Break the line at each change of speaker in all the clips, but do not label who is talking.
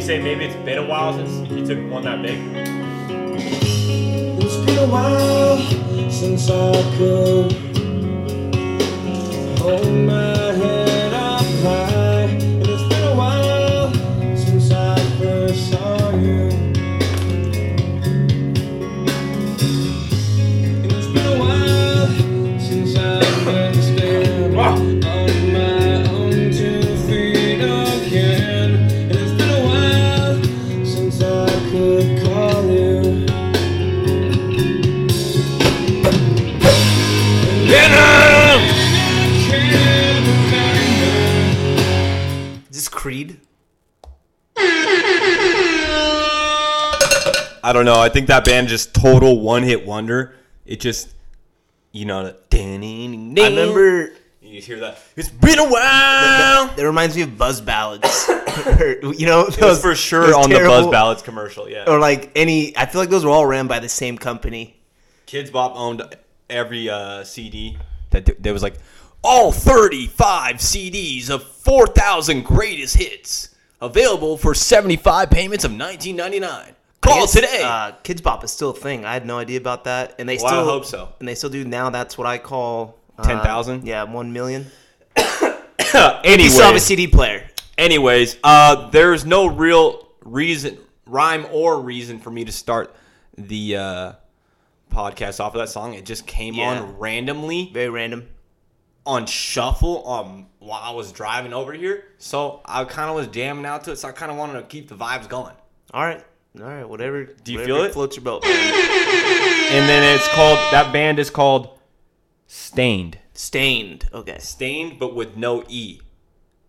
say maybe it's been a while since you took one that big?
It's been a while since I could hold my head up high. And it's been a while since I first saw you. And it's been a while since I've been standing on my own two feet again. And it's been a while since I could call you.
Is this Creed?
I don't know. I think that band just total one hit wonder. It just, you know, the-
I remember.
You just hear that. It's been a while.
That reminds me of Buzz Ballads. you know,
It was
those
for
those
sure on the
terrible-
Buzz Ballads commercial. Yeah,
Or like any, I feel like those were all ran by the same company.
Kids Bop owned every uh, CD that th- there was like all 35 CDs of 4,000 greatest hits available for 75 payments of 19.99.
I
Call
guess,
today.
Uh, Kids Bop is still a thing. I had no idea about that, and they
Well, I
still
hope so.
And they still do now. That's what I call uh,
10,000?
Yeah, one million. You still have a
anyways,
CD player.
anyways, uh, there's no real reason, rhyme or reason for me to start the uh, podcast off of that song. It just came
Yeah.
on randomly.
Very random.
on shuffle um while I was driving over here. So I kind of was jamming out to it. So I kind of wanted to keep the vibes going.
All right, all right. Whatever. Do
you feel it?
Floats your boat.
And then it's called that band is called Stained.
Stained. Okay.
Stained, but with no e.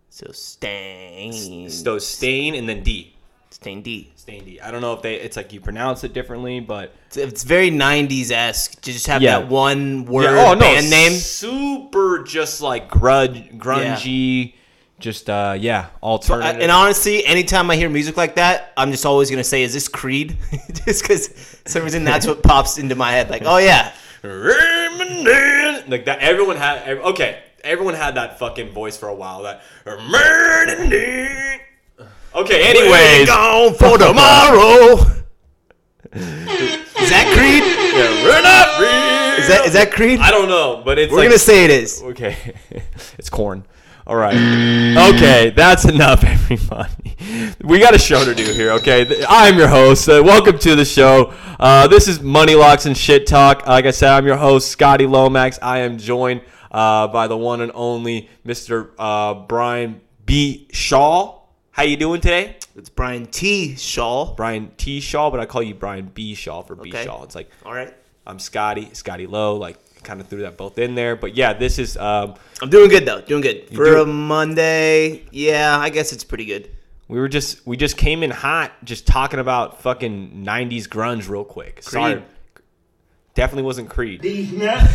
So stained.
So stain and then d.
Stained D.
Stained d. I don't know if they it's like you pronounce it differently, but
It's, it's very '90s esque to just have
Yeah.
that one word
oh no,
band name.
super just like grudge grungy, just uh yeah
Uh,
alternative.
and honestly, anytime I hear music like that, I'm just always gonna say, "Is this Creed?" just because some reason that's what pops into my head. Like, oh yeah,
Remnant. Like that, everyone had. ev- Okay, everyone had that fucking voice for a while. That. Remnant. Okay. Anyways.
gone for tomorrow. is that Creed?
Yeah, we're not real.
Is that is that Creed?
I don't know, but it's
We're
like.
gonna say it is.
okay, it's corn. All right. Okay, that's enough, everybody. We got a show to do here. Okay, Th- I'm your host. Uh, welcome to the show. Uh, this is Money Locks and Shit Talk. Like I said, I'm your host, Scotty Lomax. I am joined uh, by the one and only Mr. Uh, Brian B. Shaw. How you doing today,
It's Brian T. Shaw.
Brian T. Shaw? But I call you Brian B. Shaw for B.
Okay.
Shaw. It's like
All right,
I'm Scotty, Scotty Low. Like kind of threw that both in there. But yeah, this is. Um,
I'm doing good though. Doing good for
do-
a Monday. Yeah, I guess it's pretty good.
We were just we just came in hot, just talking about fucking '90s grunge real quick. Sorry,
Creed.
definitely wasn't Creed,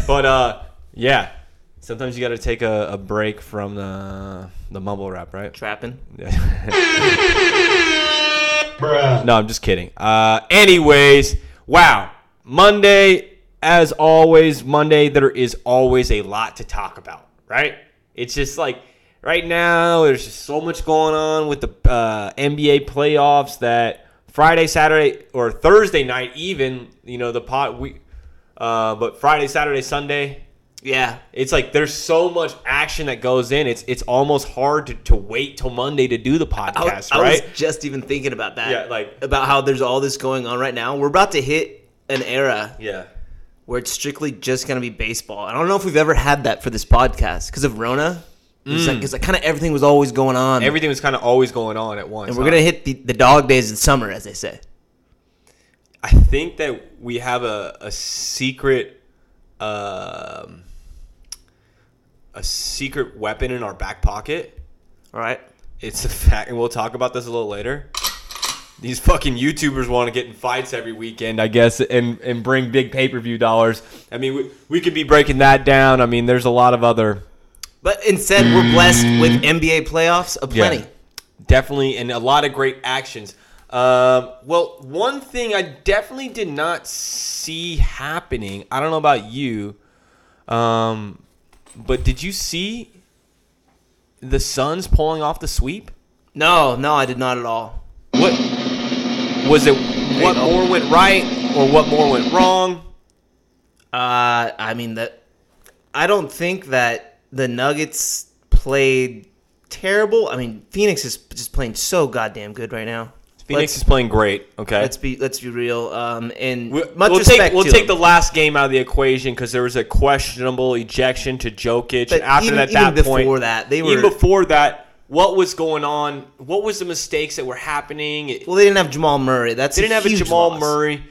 but uh, yeah. Sometimes you got to take a, a break from the the mumble rap, right?
Trapping.
No, I'm just kidding. Uh, anyways, wow, Monday as always. Monday there is always a lot to talk about, right? It's just like right now there's just so much going on with the uh, NBA playoffs that Friday, Saturday, or Thursday night even you know the pot we, uh, but Friday, Saturday, Sunday
Yeah,
it's like there's so much action that goes in. It's it's almost hard to, to wait till Monday to do the
I,
podcast,
I
right?
was just even thinking about that.
Yeah, like-
about how there's all this going on right now. We're about to hit an era
yeah.
where it's strictly just going to be baseball. I don't know if we've ever had that for this podcast because of Rona. Because
Mm.
like, 'cause like kind of everything was always going on.
Everything was kind of always going on at once.
and we're
huh?
gonna hit the, the dog days in summer, as they say.
I think that we have a a secret, um, a secret weapon in our back pocket.
All right.
It's the fact, and we'll talk about this a little later. These fucking YouTubers want to get in fights every weekend, I guess, and and bring big pay per view dollars. I mean, we we could be breaking that down. I mean, there's a lot of other
But instead, we're blessed with NBA playoffs aplenty.
Yeah. Definitely, and a lot of great actions. Um, well, one thing I definitely did not see happening. I don't know about you, um, but did you see the Suns pulling off the sweep?
No, no, I did not at all.
What was it? What
you go.
more went right or what more went wrong?
Uh, I mean that. I don't think that the Nuggets played terrible. I mean, Phoenix is just playing so goddamn good right now.
Phoenix
Let's,
is playing great. Okay,
let's be let's be real. Um, and
We-
much
we'll
respect.
take we'll
to
take the
them.
last game out of the equation because there was a questionable ejection to Jokic.
But
and after
even-
that,
even
that point,
before that, they
even
were-
before that. What was going on? What was the mistakes that were happening? It-
Well, they didn't have Jamal Murray. That's
they didn't have a
huge
Jamal
loss.
Murray.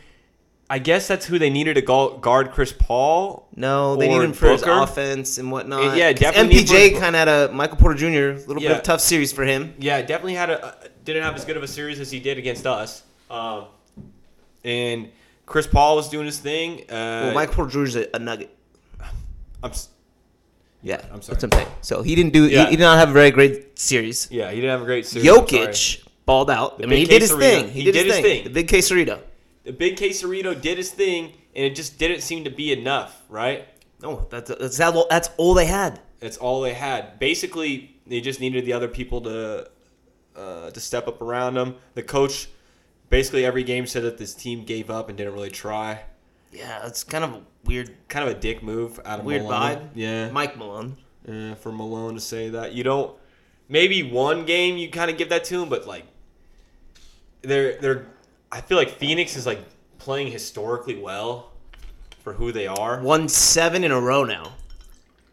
I guess that's who they needed to gu- guard Chris Paul.
No, they
or
need him for his
Booker.
offense and whatnot.
Yeah,
'Cause
definitely need
MPJ
for-
kind of had a Michael Porter Jr. little bit
Yeah.
of tough series for him.
Yeah, definitely had a uh, didn't have as good of a series as he did against us. Um, and Chris Paul was doing his thing. Uh,
Well, Michael Porter Jr. is a, a nugget.
I'm s-
Yeah,
I'm sorry.
That's what I'm saying. So he didn't do.
Yeah.
He, he did not have a very great series.
yeah, he didn't have a great series. I'm sorry.
Jokic balled out. I
big
mean, he did his
quesarito.
thing. He, did, his, thing. The big quesarito.
the big quesarito did his thing and it just didn't seem to be enough right
No, that's that's that, all- that's all they had.
that's all they had basically they just needed the other people to uh, to step up around them the coach basically every game said that this team gave up and didn't really try
Yeah, it's kind of a weird,
kind of a dick move out of
weird
Malone.
vibe.
yeah
Mike Malone.
Uh, for Malone to say that you don't maybe one game you kind of give that to him but like they're they're I feel like Phoenix is like playing historically well for who they are
Won seven in a row now.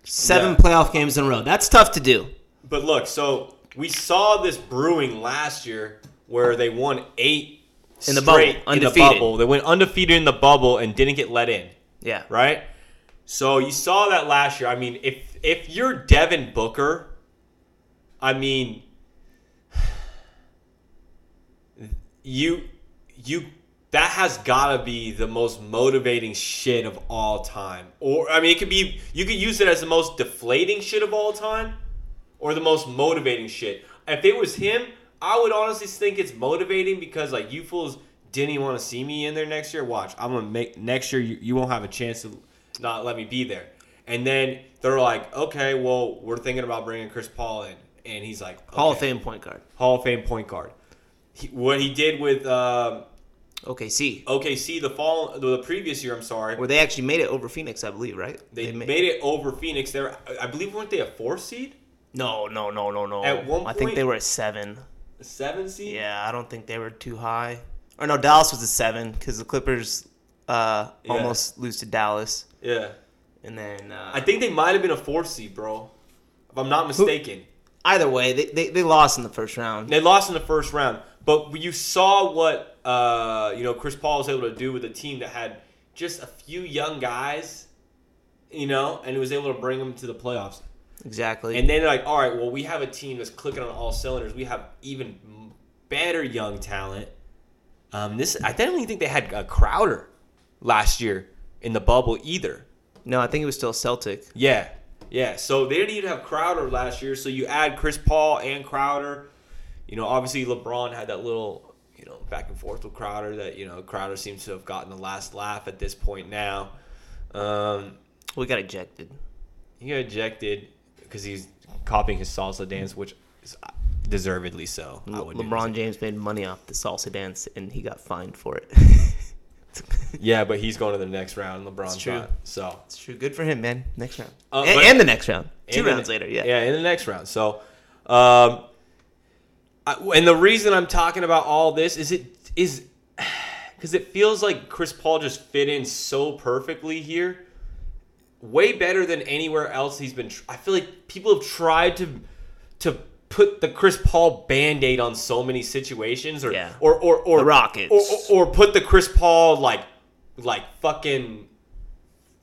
Seven
Yeah.
playoff games in a row. That's tough to do.
But look, so we saw this brewing last year where they won eight
In the
straight
bubble,
in the
undefeated.
bubble. They went undefeated in the bubble and didn't get let in,
Yeah.
right? So you saw that last year. I mean, if if you're Devin Booker, I mean, you you that has gotta be the most motivating shit of all time. Or I mean, it could be you could use it as the most deflating shit of all time or the most motivating shit. If it was him, I would honestly think it's motivating because like you fools didn't even want to see me in there next year. Watch, I'm gonna make next year. You, you won't have a chance to not let me be there. And then they're like, okay, well, we're thinking about bringing Chris Paul in, and he's like,
Hall
okay,
of Fame point guard.
Hall of Fame point guard. He, what he did with um,
Okay, see.
OKC the fall, the previous year, I'm sorry,
Where they actually made it over Phoenix, I believe, right?
they, made, it over Phoenix. There, I believe, weren't they a four seed,
No, no, no, no, no.
At one
I think
point-
they were a seven.
a seven seed?
Yeah, I don't think they were too high. Or no, Dallas was a seven because the Clippers uh,
Yeah.
almost lose to Dallas,
yeah.
and then uh,
I think they might have been a four seed, bro. If I'm not mistaken,
either way, they, they, they lost in the first round.
they lost in the first round. But you saw what uh, you know Chris Paul was able to do with a team that had just a few young guys, you know, and he was able to bring them to the playoffs.
Exactly.
And then they're like, all right, well, we have a team that's clicking on all cylinders. We have even better young talent. Um, this I definitely think they had a Crowder last year in the bubble either.
no, I think it was still Celtic.
Yeah, yeah. So they didn't even have Crowder last year. So you add Chris Paul and Crowder. You know, obviously LeBron had that little you know back and forth with Crowder that you know Crowder seems to have gotten the last laugh at this point now. Um,
We got ejected.
he got ejected because he's copying his salsa dance, which is deservedly so. I
Le-
would do the
LeBron
same.
James made money off the salsa dance, and he got fined for it.
Yeah, but he's going to the next round. LeBron's
true.
not. So
it's true. Good for him, man. Next round.
Uh,
and,
but-
and the next round. Two
in the-
rounds later, yeah.
Yeah, in the next round. So, um, I, and the reason I'm talking about all this is it is because it feels like Chris Paul just fit in so perfectly here, way better than anywhere else he's been. tr- I feel like people have tried to to put the Chris Paul band aid on so many situations, or
Yeah.
or or or
The Rockets.
or, or, or put the Chris Paul like like fucking.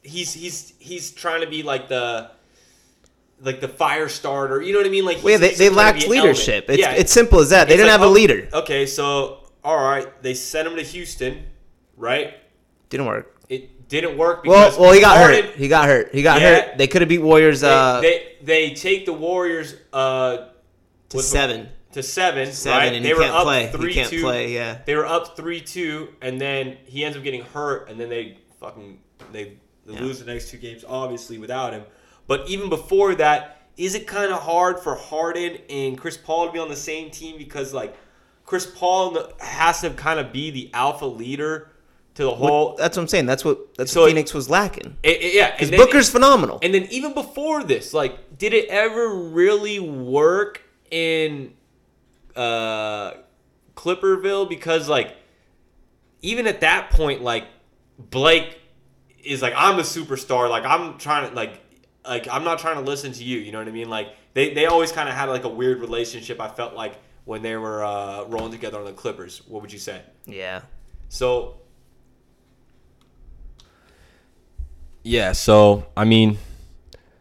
He's he's he's trying to be like the like the fire starter. You know what I mean? Like
Well, yeah,
he's-
they,
he's
they
trying to be
lacked
an element.
leadership. It's,
Yeah.
it's simple as that. They
It's
didn't
like,
have a
oh,
leader.
Okay, so all right, they sent him to Houston, right?
Didn't work.
It didn't work.
Well,
Because
well, he got
Harden-
hurt. He got hurt. He got
Yeah.
hurt. They could have beat Warriors
They,
uh,
they they take the Warriors uh
to
with-
seven.
to seven.
Seven,
right?
and
they
he
were
can't
up
play. He
three
can't
two.
play, yeah.
they were up three two, and then he ends up getting hurt, and then they fucking they, they
Yeah.
lose the next two games, obviously without him. But even before that, is it kind of hard for Harden and Chris Paul to be on the same team because like Chris Paul has to kind of be the alpha leader to the whole.
That's what I'm saying. That's what that's
So
what
it-
Phoenix was lacking.
It- it- yeah,
Because
and then-
Booker's phenomenal.
And then even before this, like, did it ever really work in uh Clipperville? Because like, even at that point, like Blake is like, I'm a superstar. Like I'm trying to like, like I'm not trying to listen to you. You know what I mean? Like they they always kind of had like a weird relationship. I felt like when they were uh rolling together on the Clippers. What would you say?
yeah.
So Yeah, so I mean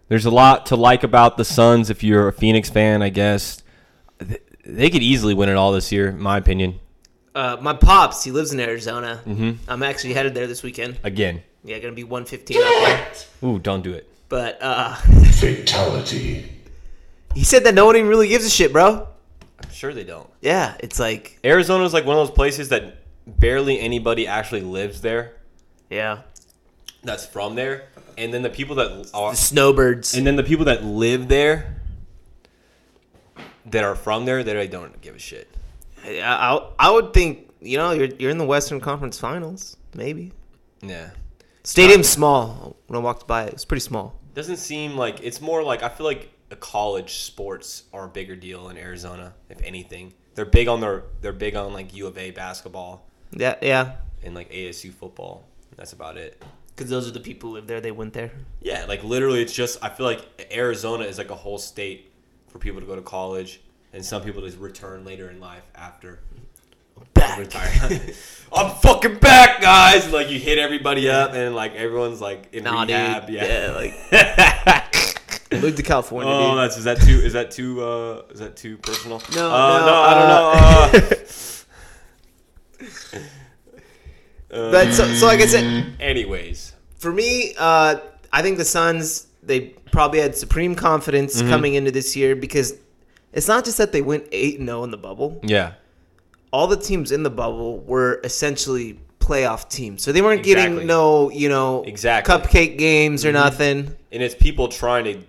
there's a lot to like about the Suns if you're a Phoenix fan, I guess. Th- They could easily win it all this year, in my opinion.
Uh, my pops, he lives in Arizona. Mm-hmm. I'm actually headed there this weekend.
Again.
Yeah, gonna be 115 up there.
Ooh, don't do it.
But uh,
Fatality.
he said that no one even really gives a shit, bro.
I'm sure they don't.
Yeah, it's like
Arizona's like one of those places that barely anybody actually lives there
yeah,
that's from there. And then the people that are
the snowbirds.
and then the people that live there that are from there, that I don't give a shit.
I, I, I would think you know you're you're in the Western Conference Finals, maybe.
Yeah.
Stadium's small. When I walked by, it was pretty small.
Doesn't seem like it's more like I feel like a college sports are a bigger deal in Arizona, if anything. They're big on their they're big on like U of A basketball
Yeah, yeah,
and like ASU football. That's about it.
because those are the people who live there. They went there.
Yeah, like literally it's just I feel like Arizona is like a whole state for people to go to college and some people just return later in life after
Back.
retirement. I'm fucking back, guys. And, like you hit everybody up and like everyone's like in
Nah, dude.
rehab.
Yeah, like
yeah.
moved to California.
Oh,
dude.
that's is that too is that too uh is that too personal?
No,
uh,
no,
I don't know. Uh,
But so, so like I said,
anyways,
for me, uh, I think the Suns they probably had supreme confidence
Mm-hmm.
coming into this year because it's not just that they went eight and zero in the bubble.
yeah,
All the teams in the bubble were essentially playoff teams, so they weren't
Exactly.
getting no you know
Exactly. Mm-hmm.
cupcake games or nothing.
and it's people trying to.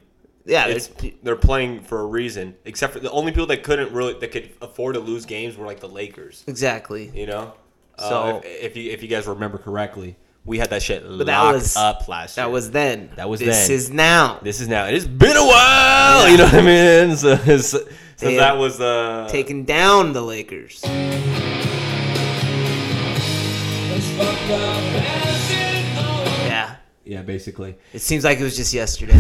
Yeah,
It's,
there's p-
they're playing for a reason. Except for the only people that couldn't really that could afford to lose games were like the Lakers.
exactly.
You know,
So-
uh, if, if you if you guys remember correctly, we had that shit locked
that was-
up last year.
That was then.
That was
this
then.
is now.
this is now. It's been a while. You know what I mean? So, so, so
They
that was the uh,
Taking down the Lakers. Yeah,
Yeah, basically.
it seems like it was just yesterday.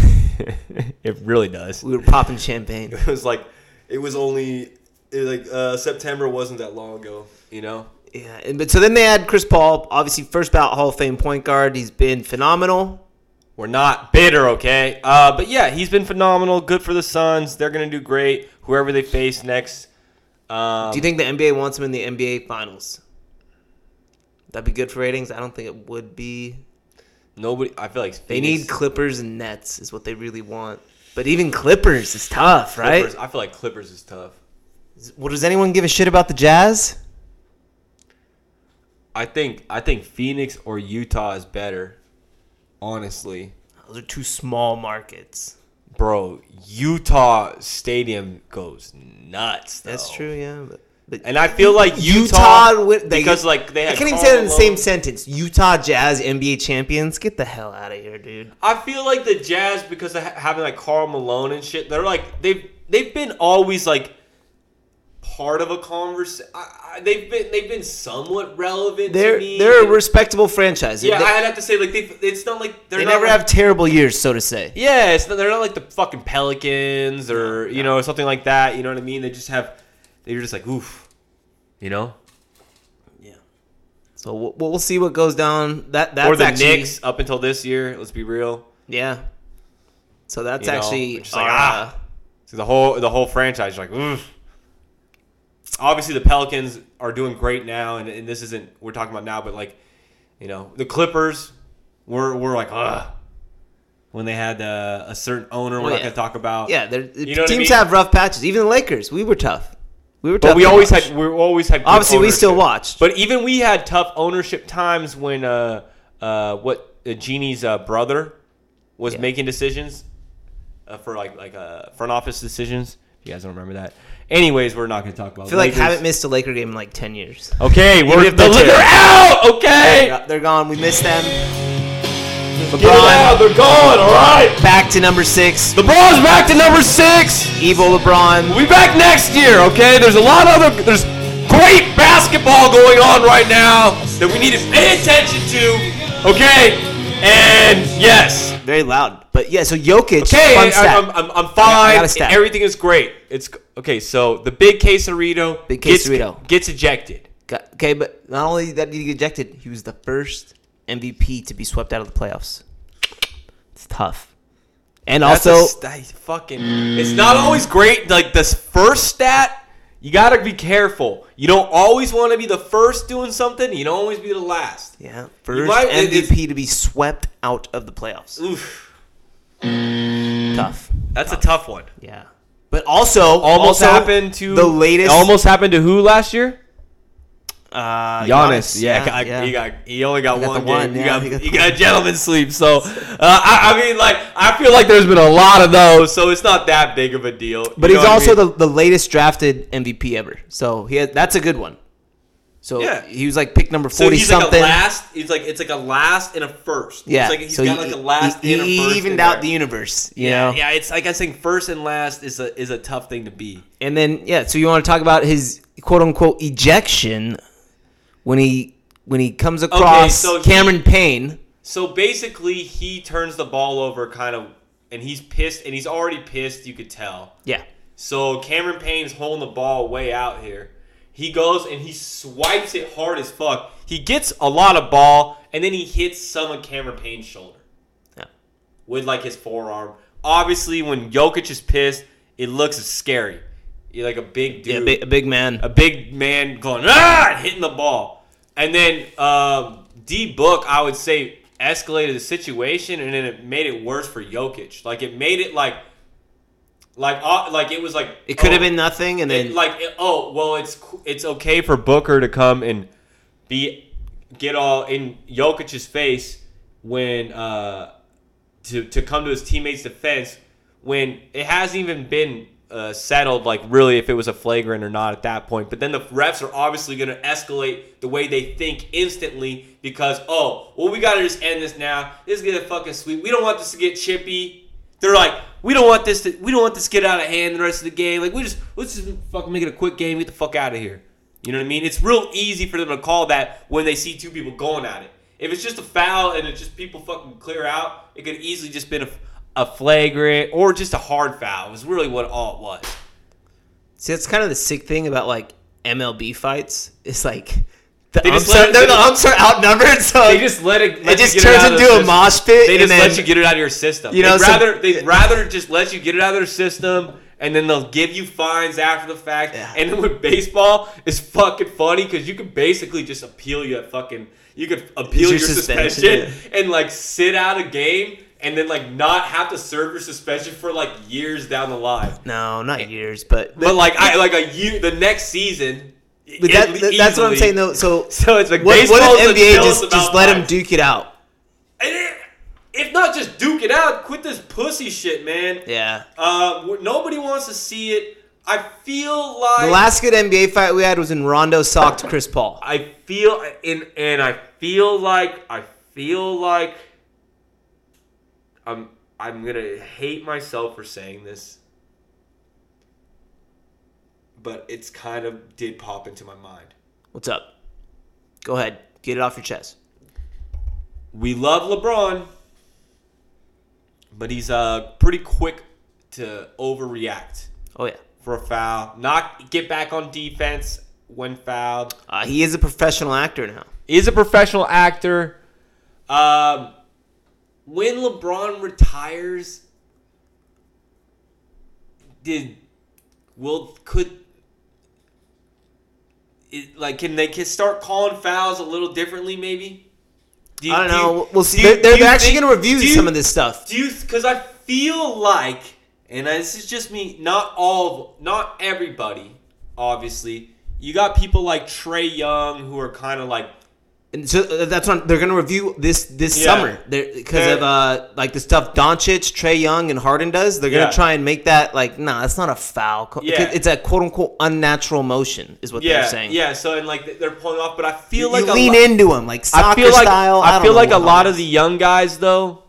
it really does.
we were popping champagne.
It was like it was only it was like uh, September wasn't that long ago, you know.
Yeah, and but so then they had Chris Paul, obviously first ballot Hall of Fame point guard. He's been phenomenal.
We're not bitter, okay? Uh, but yeah, he's been phenomenal. Good for the Suns. They're gonna do great. Whoever they face next. Um,
Do you think the NBA wants him in the NBA Finals? That'd be good for ratings. I don't think it would be.
nobody? I feel like
They
Phoenix-
need Clippers and Nets is what they really want. But even Clippers is tough, right?
Clippers. I feel like Clippers is tough.
Well, does anyone give a shit about the Jazz?
I think I think Phoenix or Utah is better. Honestly,
Those are two small markets.
bro, Utah stadium goes nuts.
That's
though.
true, yeah. But, but
And I feel like Utah,
Utah win- they-
because like they
I
had
can't even
Karl
say that in the same
Malone.
sentence. Utah Jazz NBA champions. Get the hell out of here, dude.
I feel like the Jazz because of ha- having like Carl Malone and shit. They're like they've they've been always like part of a converse. I, I, they've been they've been somewhat relevant.
They're
to me.
they're a respectable franchise.
yeah.
They-
I'd have to say like they it's not like they're
They
not
never
like-
have terrible years, so to say.
Yeah, it's not, they're not like the fucking Pelicans or you know something like that. You know what I mean? They just have they're just like oof, you know,
So we'll, we'll see what goes down. That that's
or the
actually,
Knicks up until this year. Let's be real.
Yeah. So that's
You know,
actually
just like,
our,
ah.
uh,
So the whole the whole franchise, you're like, oof. Obviously, the Pelicans are doing great now, and, and this isn't we're talking about now, but like, you know, the Clippers, we're we're like, ugh. When they had uh, a certain owner, we're
Oh,
not
yeah.
gonna talk about.
yeah. They're,
You know what I
teams
mean?
have rough patches. Even the Lakers, we were tough. We were tough.
But we
to
always
watch.
had we always had. good
Obviously, we still
ownership.
watched.
But even we had tough ownership times when uh uh what uh, Genie's uh, brother was
Yeah.
making decisions uh, for like like uh, front office decisions. If you guys don't remember that. Anyways, we're not going to talk about.
I feel like
Lakers. Oh.
haven't missed a Laker game in like ten years.
Okay, we're
if
the
they're
Lakers
terrible.
out. Okay,
Yeah, They're gone. We missed them.
Get it out,
LeBron
They're gone. All right.
back to number six.
LeBron's back to number six.
Evil LeBron.
We'll be back next year, okay? There's a lot of other there's great basketball going on right now that we need to pay attention to, okay? And yes,
Very loud. But yeah, so Jokic.
okay,
fun
I,
stat.
am I'm, I'm
I
fine.
got a stat.
Everything is great. It's okay. So the big quesarito,
Big quesarito.
gets, gets ejected.
Got- okay, but not only that did he get ejected, he was the first MVP to be swept out of the playoffs. It's tough. And
That's
also,
a st- I fucking, it's not always great. Like this first stat, you gotta be careful. You don't always want to be the first doing something. You don't always be the last.
yeah, first
might- it- it's-
MVP to be swept out of the playoffs.
Oof. Mm.
Tough.
That's a tough one.
Yeah. But also,
almost
Oh. also,
happened to
the latest.
Almost happened to who last year?
uh,
Giannis. Yeah, I-
yeah.
he got he only got,
He got
one
the
game.
one,
he
yeah,
got
he got
he
the
got gentleman sleep. So uh, I, I mean, like I feel like there's been a lot of those, so it's not that big of a deal. You know
But he's
what I
also
mean?
the, the latest drafted MVP ever. So he had, that's a good one. So
Yeah.
he was like pick number
so
40
he's
something.
Like a last, he's like it's like a last and a first.
yeah.
it's like he's
so
got
he,
like a last.
he,
and a
he
first
evened
in
out
there.
the universe, you
Yeah,
know.
yeah. It's like I think first and last is a is a tough thing to be.
And then yeah, so you want to talk about his quote unquote ejection when he when he comes across
so he-
Cameron Payne.
So basically, he turns the ball over, kind of, and he's pissed, and he's already pissed. You could tell.
Yeah.
So Cameron Payne's holding the ball way out here. He goes and he swipes it hard as fuck. He gets a lot of ball and then he hits some of Cameron Payne's shoulder
Yeah.
with like his forearm. Obviously, when Jokic is pissed, it looks scary. You're like a big dude,
Yeah, big, a big man.
a big man going ah, and hitting the ball. And then um, D Book, I would say, escalated the situation, and then it made it worse for Jokic. Like it made it like, like, uh, like it was like
it could have
oh,
been nothing and then
it- like it- oh well it's co- it's okay for Booker to come and be get all in Jokic's face when uh to to come to his teammates defense when it hasn't even been uh, settled like really if it was a flagrant or not at that point but then the refs are obviously going to escalate the way they think instantly because oh well we got to just end this now this is gonna fucking sweep we don't want this to get chippy they're like, we don't want this to we don't want this to get out of hand the rest of the game. Like we just let's just fucking make it a quick game, get the fuck out of here. You know what I mean? It's real easy for them to call that when they see two people going at it. If it's just a foul and it's just people fucking clear out, it could easily just been a, a flagrant or just a hard foul. Is really what all it was.
See, that's kind of the sick thing about like MLB fights. It's like the
They just
umps
let
are,
it-
they're the
they just-
umps are outnumbered, so
They just let it.
it
let you
just
get
turns
out of
into
the
a
system.
mosh pit.
They
and
just
then,
let you get it out of your system.
You
You know,
know,
they'd
so-
rather they'd rather just let you get it out of their system, and then they'll give you fines after the fact.
Yeah.
And then with baseball, it's fucking funny because you could basically just appeal your fucking you could appeal your,
your
suspension,
suspension,
and like sit out a game, and then like not have to serve your suspension for like years down the line.
No, not years, but
But like I like a year the next season.
but that,
it-
that- that's what I'm
easily-
saying though. So
So it's like
what,
baseball
what
is
if
a
NBA
chill
just
about
just let him
life.
duke it out?
And it- if not, just duke it out. Quit this pussy shit, man.
Yeah.
Uh, w- nobody wants to see it. I feel like
The last good NBA fight we had was when Rondo socked Chris Paul.
I feel and and I feel like I feel like I'm I'm gonna hate myself for saying this, but it's kind of did pop into my mind.
What's up? Go ahead, get it off your chest.
we love LeBron, but he's uh pretty quick to overreact
Oh yeah,
for a foul, not get back on defense when fouled.
uh, he is a professional actor now.
Is a professional actor. Um, when LeBron retires, did will could it, like can they can start calling fouls a little differently? Maybe. Do you-
I don't
do you-
know. We'll see.
do you-
They're, they're
do you
actually
think-
going to review
do you-
some of this stuff.
do you? Because I feel like, and this is just me. Not all, not everybody. Obviously, you got people like Trey Young who are kind of like
And so uh, that's what they're going to review this this
Yeah.
summer because
They're-
of uh, like the stuff Doncic, Trey Young, and Harden does. They're going to
Yeah.
try and make that like, nah, that's not a foul. Co-
Yeah.
It's a quote unquote unnatural motion, is what
yeah,
they're saying.
yeah. So and like they're pulling off, but I feel
You
like a
lean
lo-
into him like soccer
I feel like
style.
I,
don't
feel
know
like a lot
what it
of the young guys though,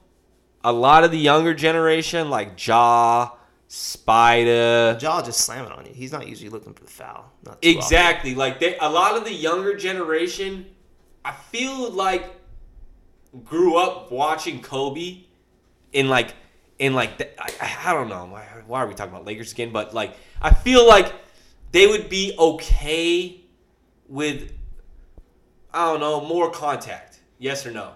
a lot of the younger generation like Ja, Spider,
is. Jaw just slamming on you. He's not usually looking for the foul. Not too often.
Exactly. Like they, a lot of the younger generation, I feel like grew up watching Kobe in like in like the, I, I don't know why, why are we talking about Lakers again, but like I feel like they would be okay with I don't know more contact. Yes or no?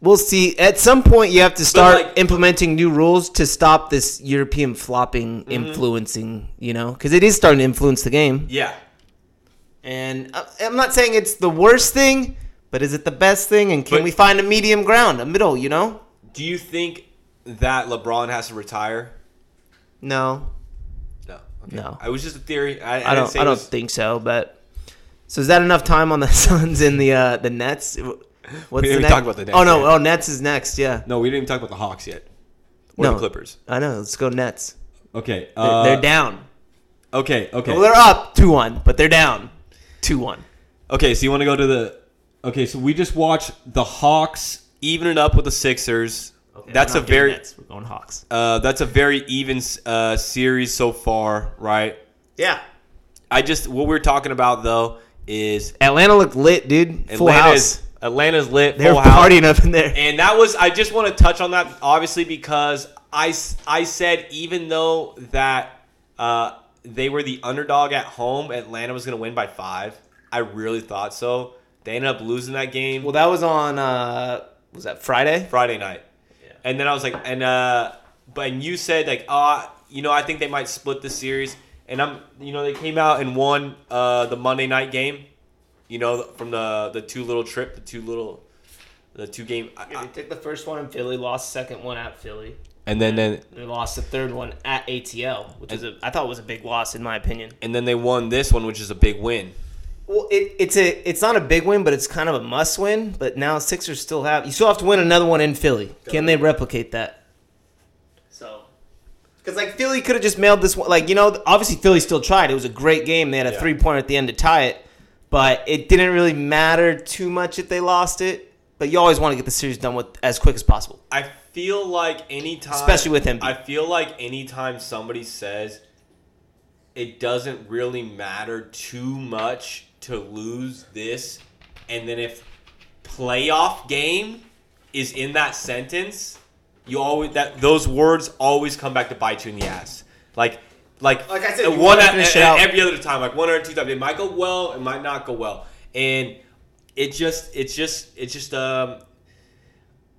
We'll see. At some point, you have to start
like-
implementing new rules to stop this European flopping
Mm-hmm.
influencing. You know, because it is starting to influence the game.
Yeah.
And I- I'm not saying it's the worst thing, but is it the best thing? And can
But-
we find a medium ground, a middle? You know?
Do you think that LeBron has to retire?
No,
No. Okay.
No.
I was just a theory. I, I,
I
didn't
don't.
say
I
it
don't
was-
think so. But so is that enough time on the Suns and the uh, the Nets?
didn't
What's
even
next-
talk about the Nets
Oh no!
yet.
Oh, Nets is next. Yeah.
No, we didn't even talk about the Hawks yet. Or
no
the Clippers.
I know. Let's go Nets.
Okay.
They're,
Uh,
they're down.
Okay. Okay.
Well, they're up two one, but they're down two one.
Okay, so you want to go to the Okay, so we just watched the Hawks even it up with the Sixers. that's a very
We're going Hawks.
uh, that's a very even uh, series so far, right?
Yeah.
I just what we are talking about though is
Atlanta looked lit, dude. Full
Atlanta's
house.
Atlanta's lit,
They're
full house.
partying up in there.
And that was I just want to touch on that obviously because I s- I said even though that uh, they were the underdog at home, Atlanta was going to win by 5. I really thought so. They ended up losing that game.
well, that was on. uh Was that Friday?
Friday night. And then I was like, and uh, but and you said like, ah, you know, I think they might split the series. And I'm, you know, they came out and won uh, the Monday night game. You know, from the the two little trip, the two little, the two game. I- I-
took the first one in Philly, lost second one at Philly.
and then then
They lost the third one at ATL, which is a, I thought was a big loss in my opinion.
and then they won this one, which is a big win.
Well, it, it's a it's not a big win, but it's kind of a must win. But now Sixers still have you still have to win another one in Philly. Can they replicate that? So, because like Philly could have just mailed this one. Like you know, obviously Philly still tried. It was a great game. They had a
Yeah.
three pointer at the end to tie it, but it didn't really matter too much if they lost it. But you always want to get the series done with as quick as possible.
I feel like anytime,
Especially with Embiid.
I feel like anytime somebody says it doesn't really matter too much to lose this, and then if playoff game is in that sentence, you always that those words always come back to bite you in the ass. Like, like,
Like I said,
uh,
you
one
wanna
at, at-
finish it out.
every other time, like one or two times, it might go well, it might not go well, and it just, it's just, it's just, um,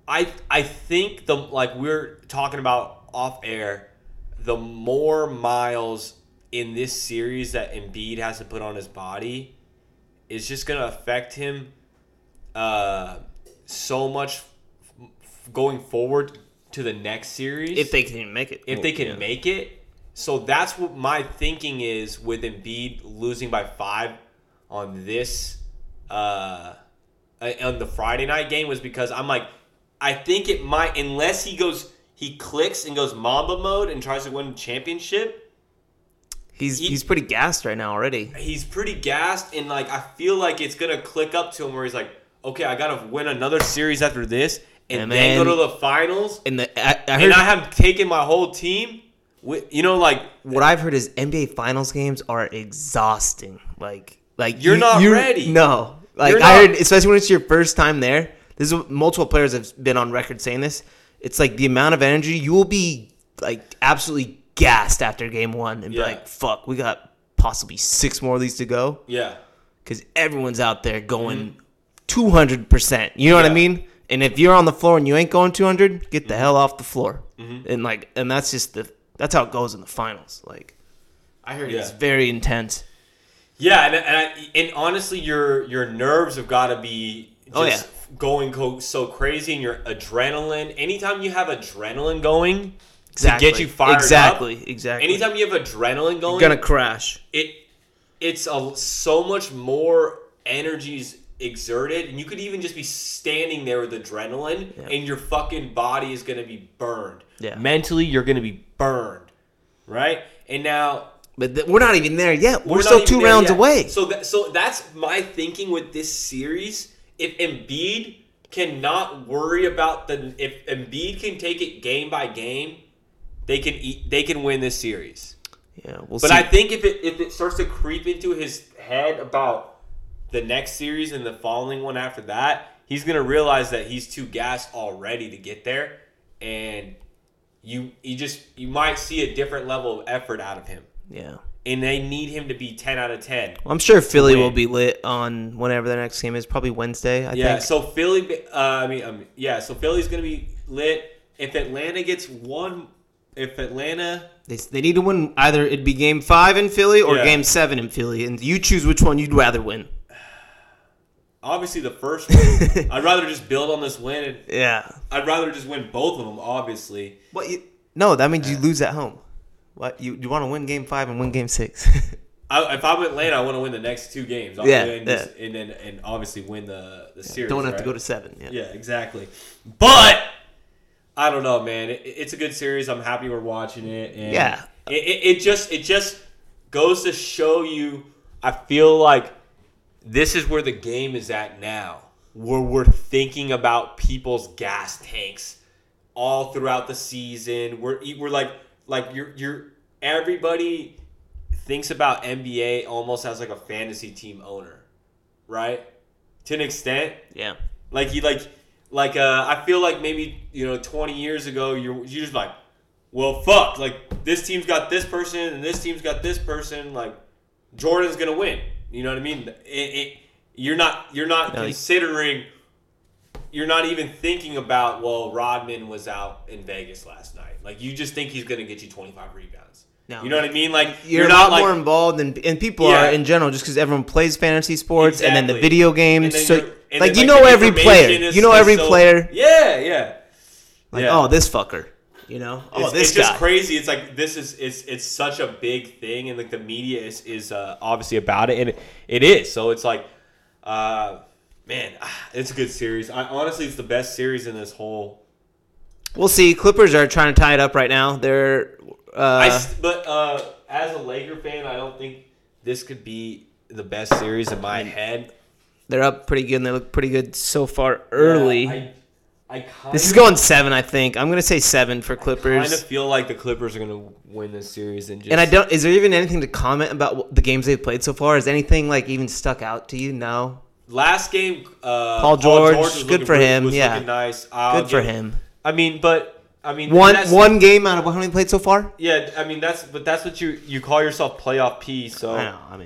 I I think the like we're talking about off air, the more miles in this series that Embiid has to put on his body is just gonna affect him uh, so much f- f- going forward to the next series
If they can even make it,
if they can
Oh, Yeah.
make it. So that's what my thinking is with Embiid losing by five on this uh, on the Friday night game was because I'm like, I think it might unless he goes he clicks and goes Mamba mode and tries to win the championship.
he's
he-
he's pretty gassed right now already.
He's pretty gassed and like I feel like it's gonna click up to him where he's like, okay, I gotta win another series after this and
And
then go
then-
to the finals.
And the I, I heard
And I have taken my whole team. With, you know, like
what I've heard is NBA Finals games are exhausting. Like, like
You're not ready.
No, like
You're
I
not-
heard, especially when it's your first time there. This is what multiple players have been on record saying this. It's like the amount of energy you will be like absolutely gassed after game one and
Yeah.
be like, "Fuck, we got possibly six more of these to go,"
yeah.
because everyone's out there going two hundred percent. You know what
Mm-hmm. Yeah. Mm-hmm.
I mean? And if you're on the floor and you ain't going two hundred, get the hell off the floor. And like, and that's just the that's how it goes in the finals. Like.
I heard
It's very intense.
Yeah, and and, I, and honestly, your your nerves have got to be just
Oh,
going co- so crazy, and your adrenaline. Anytime you have adrenaline going to get you fired
Exactly.
up,
Exactly.
anytime you have adrenaline going,
gonna crash.
it it's a, so much more energies exerted, and you could even just be standing there with adrenaline,
Yeah.
and your fucking body is gonna be burned.
Yeah.
Mentally, you're gonna be burned, right? And now
But th- we're not even there yet. We're,
not
still
even
two
there
rounds
yet.
away.
So that so that's my thinking with this series. If Embiid cannot worry about the if Embiid can take it game by game, they can eat, they can win this series.
yeah, we'll
But
see.
I think if it if it starts to creep into his head about the next series and the following one after that, he's gonna realize that he's too gassed already to get there, and you you just you might see a different level of effort out of him,
yeah.
and they need him to be ten out of ten.
Well, I'm sure Philly
win.
will be lit on whenever the next game is. Probably Wednesday, I
Yeah,
think.
so Philly, uh, I mean, um, yeah, so Philly's gonna be lit. If Atlanta gets one, if Atlanta
They, they need to win either it'd be game five in Philly or
Yeah.
game seven in Philly, and you choose which one you'd rather win.
obviously the first one, I'd rather just build on this win and
Yeah.
I'd rather just win both of them, obviously.
What? You, no, that means you lose at home. What you you want to win game five and win game six?
I, if I'm Atlanta, I want to win the next two games. I'll
Yeah,
win this- and then and obviously win the the series.
Don't have to
right?
go to seven. Yeah.
Yeah, exactly. But I don't know, man. It, it's a good series. I'm happy we're watching it. And
Yeah.
It, it, it just it just goes to show you. I feel like this is where the game is at now, where we're thinking about people's gas tanks all throughout the season. We're e, we're like like you're you're everybody thinks about NBA almost as like a fantasy team owner, right? To an extent,
Yeah.
like he like like uh I feel like maybe you know 20 years ago you're you just like well fuck like this team's got this person and this team's got this person like Jordan's gonna win you know what I mean it, it, you're not you're not
No, he-
considering you're not even thinking about well Rodman was out in Vegas last night like you just think he's gonna get you 25 rebounds
No.
you know what I mean like
You're,
you're,
a
not
lot more
like
involved, and and people
Yeah.
are in general just because everyone plays fantasy sports and then the
Exactly.
video
and
games.
then
So
you're- and
like
then,
you know
the
every player,
information is-
you know
is
every
so-
player.
yeah yeah
Like
Yeah.
oh this fucker, you know oh
it's,
this
it's
guy.
just crazy. It's like this is it's it's such a big thing, and like the media is is uh, obviously about it, and it, it is. So it's like, uh, man, ah, it's a good series. I honestly, it's the best series in this whole.
We'll see. Clippers are trying to tie it up right now. They're
I
uh,
s but uh, as a Laker fan, I don't think this could be the best series in my head.
they're up pretty good. and They look pretty good so far early.
Uh, I, I kind
this is
of-
going seven, I think. I'm gonna say seven for
Kind
Clippers.
of feel like the Clippers are gonna win this series, and just
and I don't. Is there even anything to comment about what, the games they've played so far? Is anything like even stuck out to you? No.
Last game, uh,
Paul George,
was
good
looking
for
really-
him,
was
yeah.
looking nice. I'll
Good for
give-
him.
I mean, but I mean
One
that's-
one game out of how many played so far?
Yeah, I mean that's but that's what you you call yourself playoff P. So
I
I,
know. I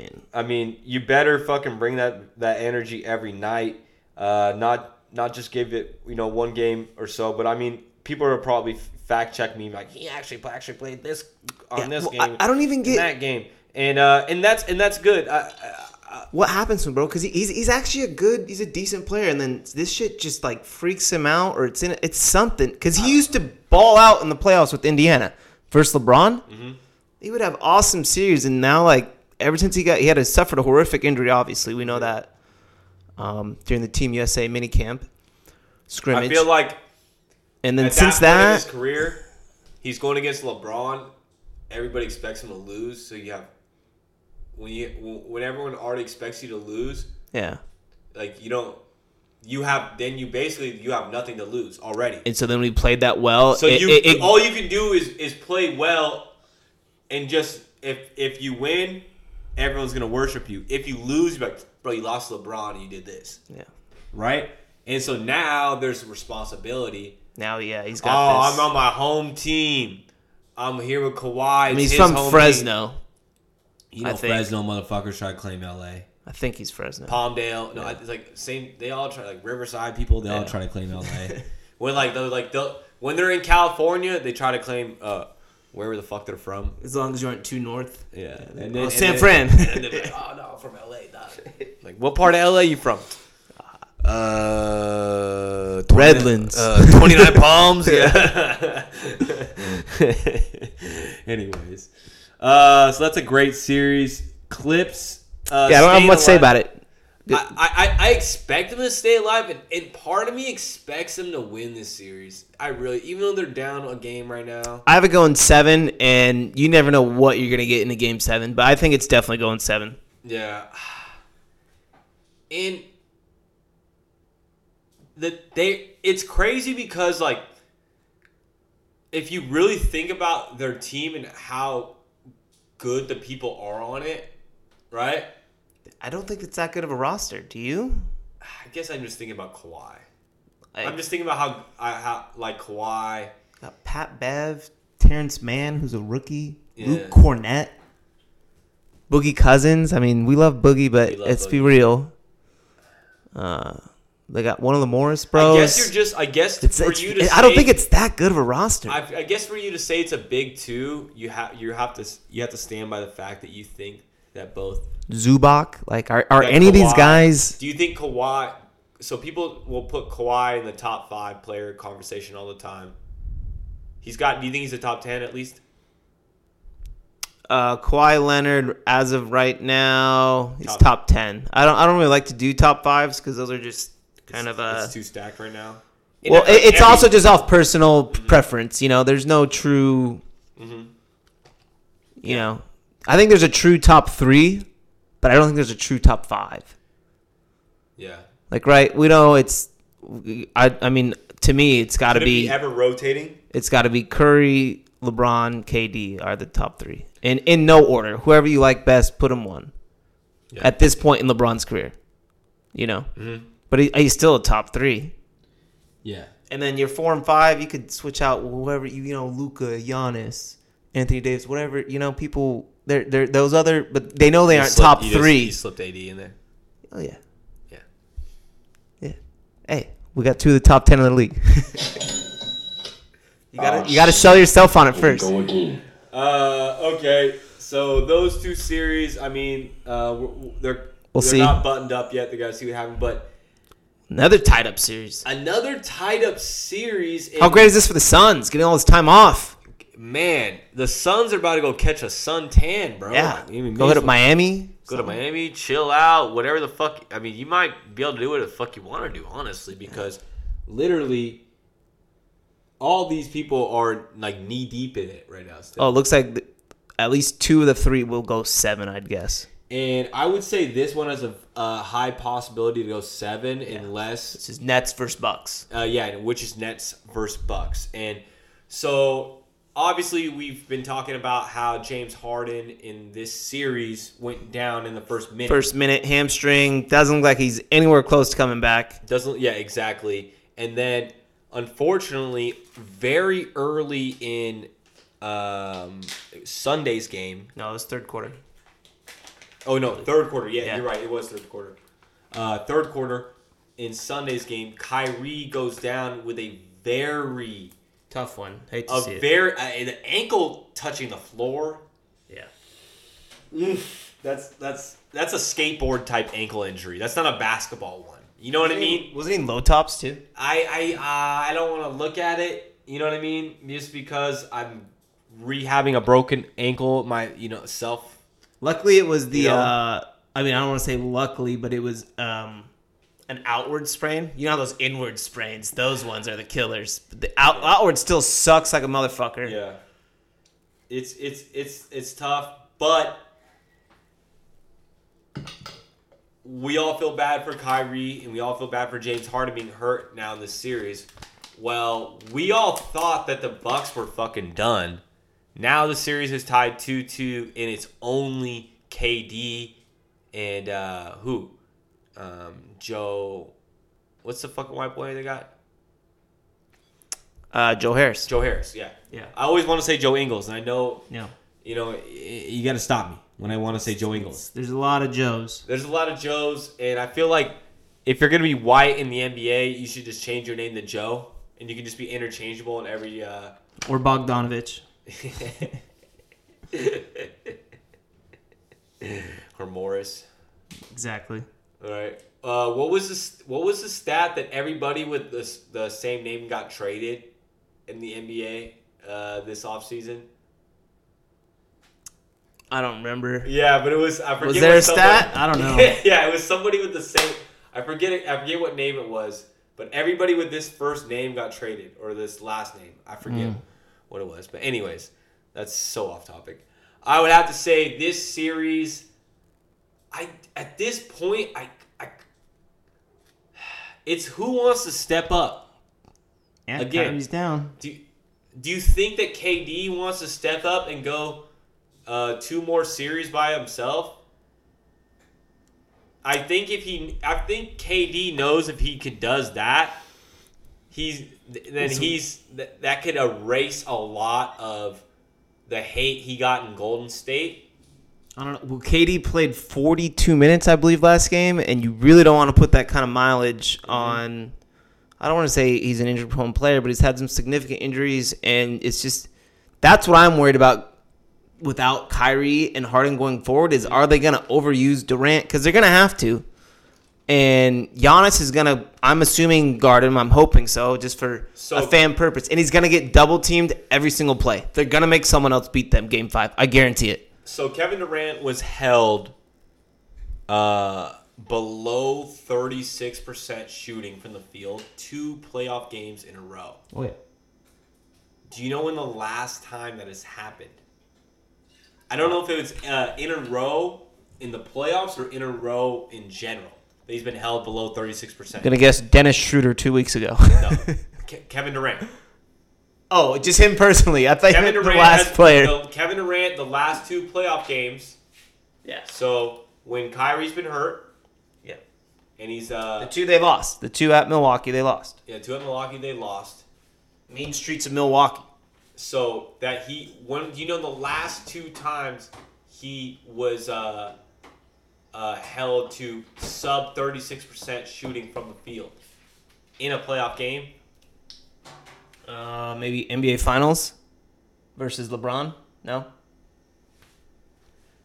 mean,
mean you better fucking bring that that energy every night. Uh, not not just give it you know one game or so. But I mean people are probably fact check me like he actually pla- actually played this on
Yeah,
this
well, I-
game.
I don't even
and
get-
that game and uh and that's and that's good. I, I,
what happens to him, bro? Because he, he's he's actually a good, he's a decent player, and then this shit just like freaks him out, or it's in it's something. Because
Uh.
he used to ball out in the playoffs with Indiana versus LeBron.
Mm-hmm.
He would have awesome series, and now like ever since he got he had a, suffered a horrific injury. Obviously, we know that um, during the Team USA minicamp
I
scrimmage,
feel like
and then
At
since
point in his
that,
career, he's going against LeBron. Everybody expects him to lose, so you have when you when everyone already expects you to lose,
yeah.
like you don't you have then you basically you have nothing to lose already.
And so then we played that well.
So
It-
you
it- it-
all you can do is is play well and just if if you win, everyone's gonna worship you. If you lose, you're like bro, you lost to LeBron and you did this,
yeah.
right? And so now there's responsibility.
Now, yeah, he's
Oh,
got this.
I'm on my home team. I'm here with Kawhi.
I mean, he's from Fresno.
You
I
know,
think.
Fresno motherfuckers try to claim LA.
I think he's Fresno.
Palmdale. No, I it's like same. They all try like Riverside people. They all
Yeah.
try to claim LA. when like they're like they'll, when they're in California, they try to claim uh wherever the fuck they're from.
As long as you aren't too north.
Yeah, and then,
Oh,
and
San
then-
Fran.
And then they're like, oh no, I'm from LA. Dog. Like what part of LA you from? Uh, 29
Redlands.
Uh, Twenty Nine Palms. Yeah. Anyways, uh, so that's a great series. Clips. Uh,
yeah, I don't have much to say about it.
I, I, I expect them to stay alive, and, and part of me expects them to win this series. I really, even though they're down a game right now,
I have it going seven, and you never know what you're gonna get in a game seven. But I think it's definitely going seven.
yeah. And that they, it's crazy because like, if you really think about their team and how good the people are on it, right?
I don't think it's that good of a roster. Do you?
I guess I'm just thinking about Kawhi.
I,
I'm just thinking about how I how like Kawhi.
got Pat Bev, Terrence Mann, who's a rookie,
Yeah.
Luke Cornett, Boogie Cousins. I mean, we love Boogie, but
We love
let's be
Boogie.
real. Uh, they got one of the Morris Bros.
I guess you're just. I guess
it's,
for
it's-
you to.
I don't
say-
think it's that good of a roster.
I, I guess for you to say it's a big two, you have you have to s- you have to stand by the fact that you think that both.
Zubac, like, are, are
that
any of these
Kawhi-
guys?
Do you think Kawhi? So people will put Kawhi in the top five player conversation all the time. He's got. Do you think he's a top ten at least?
Uh, Kawhi Leonard, as of right now, he's
Top-
top, ten. I don't, I don't really like to do top fives because those are just kind of uh, a.
it's too stacked right now.
Well,
And,
it,
like,
it's
every-
also just off personal
Mm-hmm.
preference. You know, there's no true. You know, I think there's a true top three, but I don't think there's a true top five.
yeah.
Like, right? We know it's. I, I mean, to me, it's got to
Could it
be.
be ever rotating?
it's got to be Curry, LeBron, KD are the top three, and in no order. Whoever you like best, put them one.
Yeah. Mm-hmm.
At this point in LeBron's career, you know, but he, he's still a top three.
Yeah.
And then your four and five, you could switch out whoever you you know, Luca, Giannis, Anthony Davis, whatever you know. People, they're they're those other, but they know they aren't top three.
You slipped AD in there.
oh yeah,
Yeah.
yeah. Hey, we got two of the top ten in the league. you gotta
Oh,
you gotta sell yourself on it
Here we
first.
go again.
Uh, okay. So those two series, I mean, uh, w- w- they're
We'll
they're
see.
not buttoned up yet. They got to see what happens. But
Another tied up series.
another tied up series. and-
How great is this for the Suns? Getting all this time off.
man! The Suns are about to go catch a suntan, bro.
Yeah,
I mean,
go
may as
hit up
well
Miami.
Go to Miami, chill out, whatever the fuck. I mean, you might be able to do whatever the fuck you want to do, honestly, because literally all these people are like knee deep in it right now. Still.
Oh, it looks like th- at least two of the three will go seven. I'd guess.
And I would say this one has a, a high possibility to go seven, unless
This is Nets versus Bucks.
uh, yeah, which is Nets versus Bucks. And so obviously we've been talking about how James Harden in this series went down in the first minute.
First minute hamstring doesn't look like he's anywhere close to coming back.
Doesn't yeah exactly. And then unfortunately, very early in um, Sunday's game,
No, it's third quarter.
Oh no, third quarter. Yeah,
Yeah.
you're right. It was third quarter. Uh, third quarter in Sunday's game, Kyrie goes down with a very
Tough one. Hate to
a
see it.
very uh, an ankle touching the floor.
yeah.
That's that's that's a skateboard type ankle injury. That's not a basketball one. You know what I mean?
wasn't he in low tops too?
I I uh, I don't want to look at it. You know what I mean? Just because I'm rehabbing a broken ankle, my you know self.
Luckily, it was the.
You know?
uh I mean, I don't want to say luckily, but it was um an outward sprain. You know how those inward sprains; those ones are the killers. But the out, outward still sucks like a motherfucker.
Yeah. It's it's it's it's tough, but we all feel bad for Kyrie and we all feel bad for James Harden being hurt now in this series. Well, we all thought that the Bucks were fucking done. Now the series is tied 2-2 and it's only KD and uh who? Um Joe What's the fucking white boy they got?
Uh, Joe Harris.
Joe Harris, yeah.
Yeah.
I always want to say Joe Ingles, and I know
No,
you know, y- you got to stop me when I want to say Joe Ingles.
there's a lot of Joes.
There's a lot of Joes, and I feel like if you're going to be white in the NBA, you should just change your name to Joe, and you can just be interchangeable in every. Uh...
Or Bogdanovich.
or Morris.
Exactly.
All right. Uh, what was this? What was the stat that everybody with this, the same name got traded in the NBA uh, this offseason?
I don't remember.
Yeah, but it was I forget.
Was there
what
a stat? I don't know.
yeah, it was somebody with the same. I forget it. I forget what name it was, but everybody with this first name got traded or this last name. I forget
Hmm.
what it was. But anyways, that's so off topic. I would have to say this series. I at this point I I. It's who wants to step up.
Yeah,
Again.
Kyrie's down.
Do do you think that KD wants to step up and go uh, two more series by himself? I think if he, I think KD knows if he could does that, he's th- then he's th- that could erase a lot of the hate he got in Golden State.
I don't know. Well, KD played 42 minutes, I believe, last game, and you really don't want to put that kind of mileage on. I don't want to say he's an injury prone player, but he's had some significant injuries, and it's just that's what I'm worried about without Kyrie and Harden going forward is are they going to overuse Durant? Because they're going to have to. And Giannis is going to, I'm assuming, guard him. I'm hoping so, just for
So-
a fan purpose. And he's going to get double teamed every single play. They're going to make someone else beat them game five. I guarantee it.
So Kevin Durant was held uh, below thirty six percent shooting from the field two playoff games in a row.
Oh, yeah.
Do you know when the last time that has happened? I don't know if it was uh, in a row in the playoffs or in a row in general. That he's been held below 36%.
Gonna guess Dennis Schroeder two weeks ago.
No. Ke- Kevin Durant.
oh, just him personally. I thought you
Kevin
meant the
Durant
last
has-
player.
no, Kevin Durant, the last two playoff games.
Yeah.
So when Kyrie's been hurt
yeah.
and he's uh,
The two they lost. The two at Milwaukee they lost.
yeah, two at Milwaukee, they lost.
Mean streets of Milwaukee.
So that he when you know the last two times he was uh, uh, held to sub thirty six percent shooting from the field in a playoff game.
Uh, maybe NBA Finals versus LeBron. No.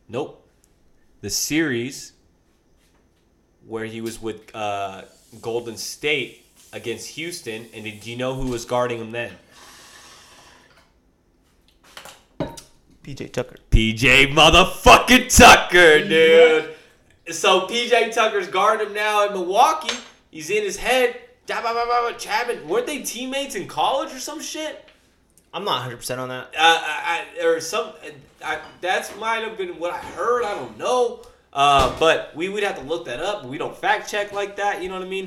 Nope. The series where he was with uh, Golden State against Houston, and did you know who was guarding him then?
PJ Tucker.
PJ motherfucking Tucker, dude. So PJ Tucker's guarding him now in Milwaukee. He's in his head. Da, ba, ba, ba, ba, Chapman, weren't they teammates in college or some shit?
I'm not 100 percent on that.
Uh, I, I, or some. I, that's might have been what I heard. I don't know. Uh, but we would have to look that up. We don't fact check like that. You know what I mean?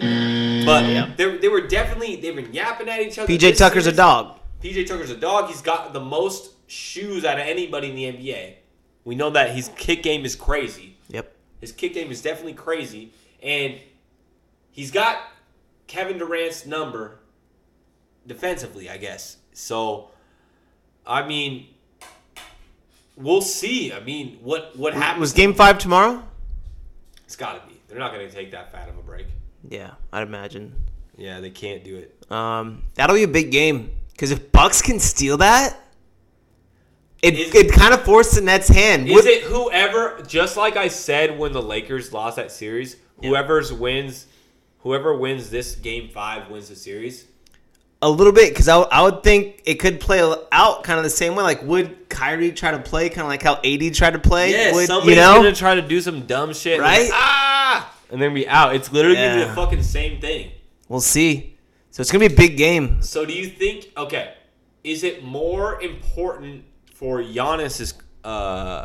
But
Mm,
they, they were definitely they've been yapping at each other.
PJ
This
Tucker's a
series-
dog.
PJ Tucker's a dog. He's got the most shoes out of anybody in the NBA. We know that his kick game is crazy.
Yep.
His kick game is definitely crazy, and he's got Kevin Durant's number defensively, I guess. So, I mean, we'll see. I mean, what what happens?
Was Game Five tomorrow?
It's got to be. They're not going to take that fat of a break.
Yeah, I'd imagine.
Yeah, they can't do it.
Um, that'll be a big game because if Bucks can steal that, it
Is-
it kind of forced the Nets' hand.
Is
Would-
it whoever? Just like I said when the Lakers lost that series, whoever's wins, whoever wins this game five wins the series.
A little bit, because I, I would think it could play out kind of the same way. Like, would Kyrie try to play kind of like how AD tried to play?
Yeah,
would,
somebody's
you know?
gonna try to do some dumb shit, and
Right?
then, ah, and then be out. It's literally gonna be
Yeah.
the fucking same thing.
We'll see. So it's gonna be a big game.
So, do you think? Okay, is it more important for Giannis's uh,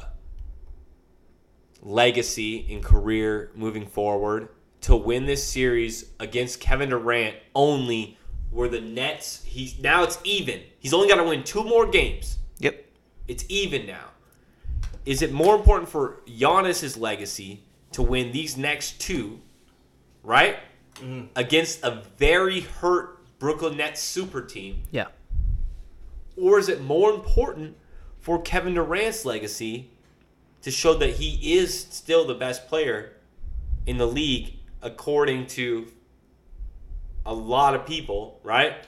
legacy and career moving forward to win this series against Kevin Durant only? Where the Nets, he's now it's even. He's only got to win two more games.
Yep.
It's even now. Is it more important for Giannis's legacy to win these next two, right? Against a very hurt Brooklyn Nets super team,
Yeah.
or is it more important for Kevin Durant's legacy to show that he is still the best player in the league according to a lot of people, right?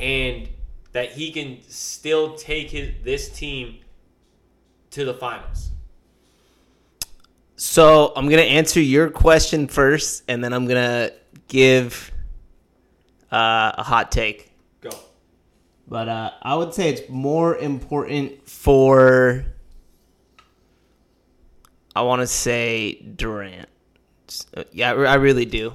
And that he can still take his this team to the finals.
So I'm gonna answer your question first, and then I'm gonna give uh, a hot take.
Go.
But uh, I would say it's more important for I want to say Durant. Uh, Yeah, I I really do.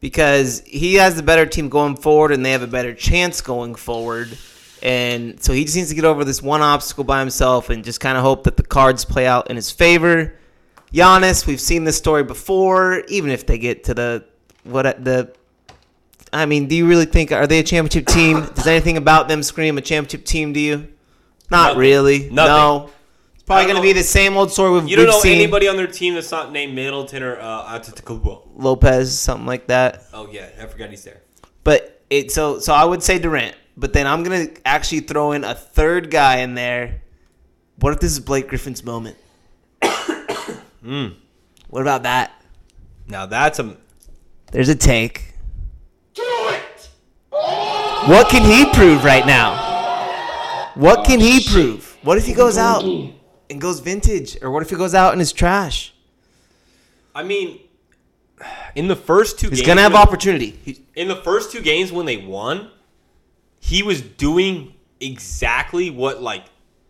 Because he has the better team going forward and they have a better chance going forward. And so he just needs to get over this one obstacle by himself and just kind of hope that the cards play out in his favor. Giannis, we've seen this story before. Even if they get to the what the I mean, do you really think are they a championship team? Does anything about them scream a championship team to you? Not
Nothing.
really. No.
Nothing.
It's probably
I
going
don't
to be
know.
the same old story we've,
You don't
we've
know
seen.
anybody on their team that's not named Middleton or uh, Antetokounmpo.
Lopez, something like that.
Oh yeah, I forgot he's there.
But it so so I would say Durant, but then I'm gonna actually throw in a third guy in there. What if this is Blake Griffin's moment?
Hmm.
What about that?
Now that's a
There's a take. Do it. What can he prove right now? What can he prove? What if he goes out and goes vintage, or what if he goes out and is trash?
I mean, in the first two,
He's
games,
gonna have opportunity. He-
in the first two games when they won, he was doing exactly what like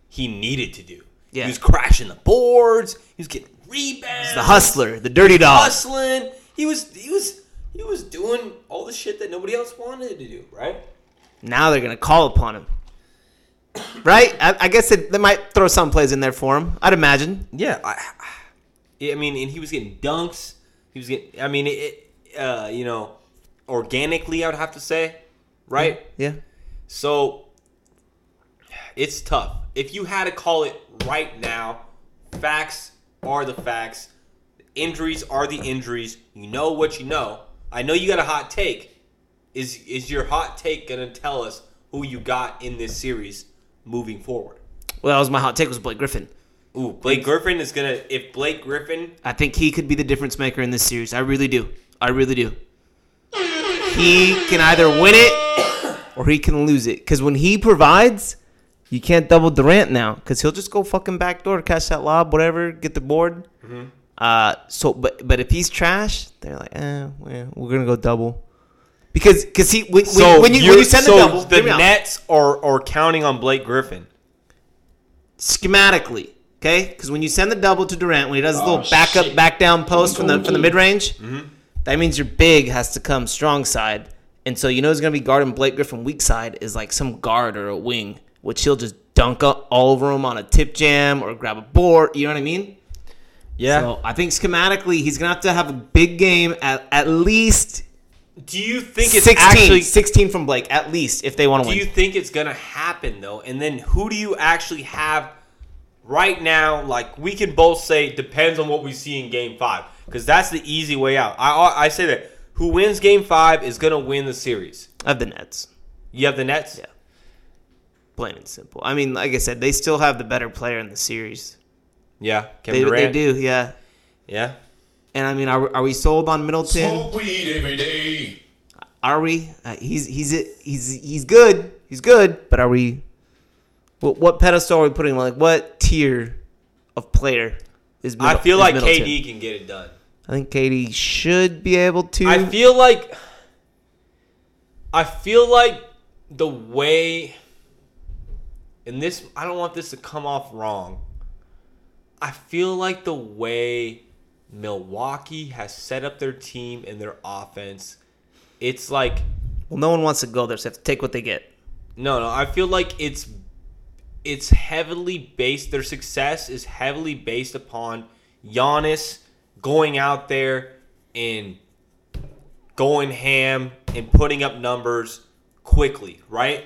he needed to do.
Yeah.
He was crashing the boards. He was getting rebounds.
the hustler, the dirty dog.
hustling. He was he was he was doing all the shit that nobody else wanted to do. Right.
Now they're gonna call upon him, right? I, I guess it, they might throw some plays in there for him. I'd imagine.
Yeah. I, I mean, and he was getting dunks. He was getting. I mean, it. Uh, you know, organically, I would have to say, right.
Yeah.
So it's tough. If you had to call it right now, facts are the facts. Injuries are the injuries. You know what you know. I know you got a hot take. Is is your hot take gonna tell us who you got in this series moving forward?
Well, that was my hot take was Blake Griffin.
Ooh, Blake Griffin is gonna if Blake Griffin
I think he could be the difference maker in this series. I really do. I really do. He can either win it or he can lose it. Because when he provides, you can't double Durant now. Because he'll just go fucking backdoor, catch that lob, whatever, get the board. Uh, so, but but if he's trash, they're like, eh, well, we're gonna go double. Because because he when, when- when you when you send the double,
the
hear me out.
Nets are are counting on Blake Griffin.
schematically. Okay, because when you send the double to Durant, when he does his
Oh,
little back up, back down post from the from the mid range,
Mm-hmm.
that means your big has to come strong side, and so you know he's gonna be guarding Blake Griffin weak side is like some guard or a wing, which he'll just dunk up all over him on a tip jam or grab a board. You know what I mean?
Yeah.
So I think schematically he's gonna have to have a big game at at least
do you think it's
16,
actually
16 from Blake at least if they want to
do
win.
you think it's gonna happen though? And then who do you actually have right now? Like we can both say it depends on what we see in Game Five because that's the easy way out. I I I say that who wins Game Five is gonna win the series.
of the Nets?
You have the Nets.
Yeah. plain and simple. I mean, like I said, they still have the better player in the series.
Yeah. Kevin
They, they
Durant.
do, yeah.
Yeah.
And I mean, are, are we sold on Middleton?
Smoke weed every day.
Are we? Uh, he's he's he's he's good. He's good, but are we? What, what pedestal are we putting? him on? Like what tier of player is? Middle,
I feel
is
like
Middleton?
KD can get it done.
I think KD should be able to.
I feel like I feel like the way and this I don't want this to come off wrong. I feel like the way Milwaukee has set up their team and their offense, it's like
well, no one wants to go there, so they have to take what they get.
no, no, I feel like it's it's heavily based their success is heavily based upon Giannis going out there and going ham and putting up numbers quickly, right?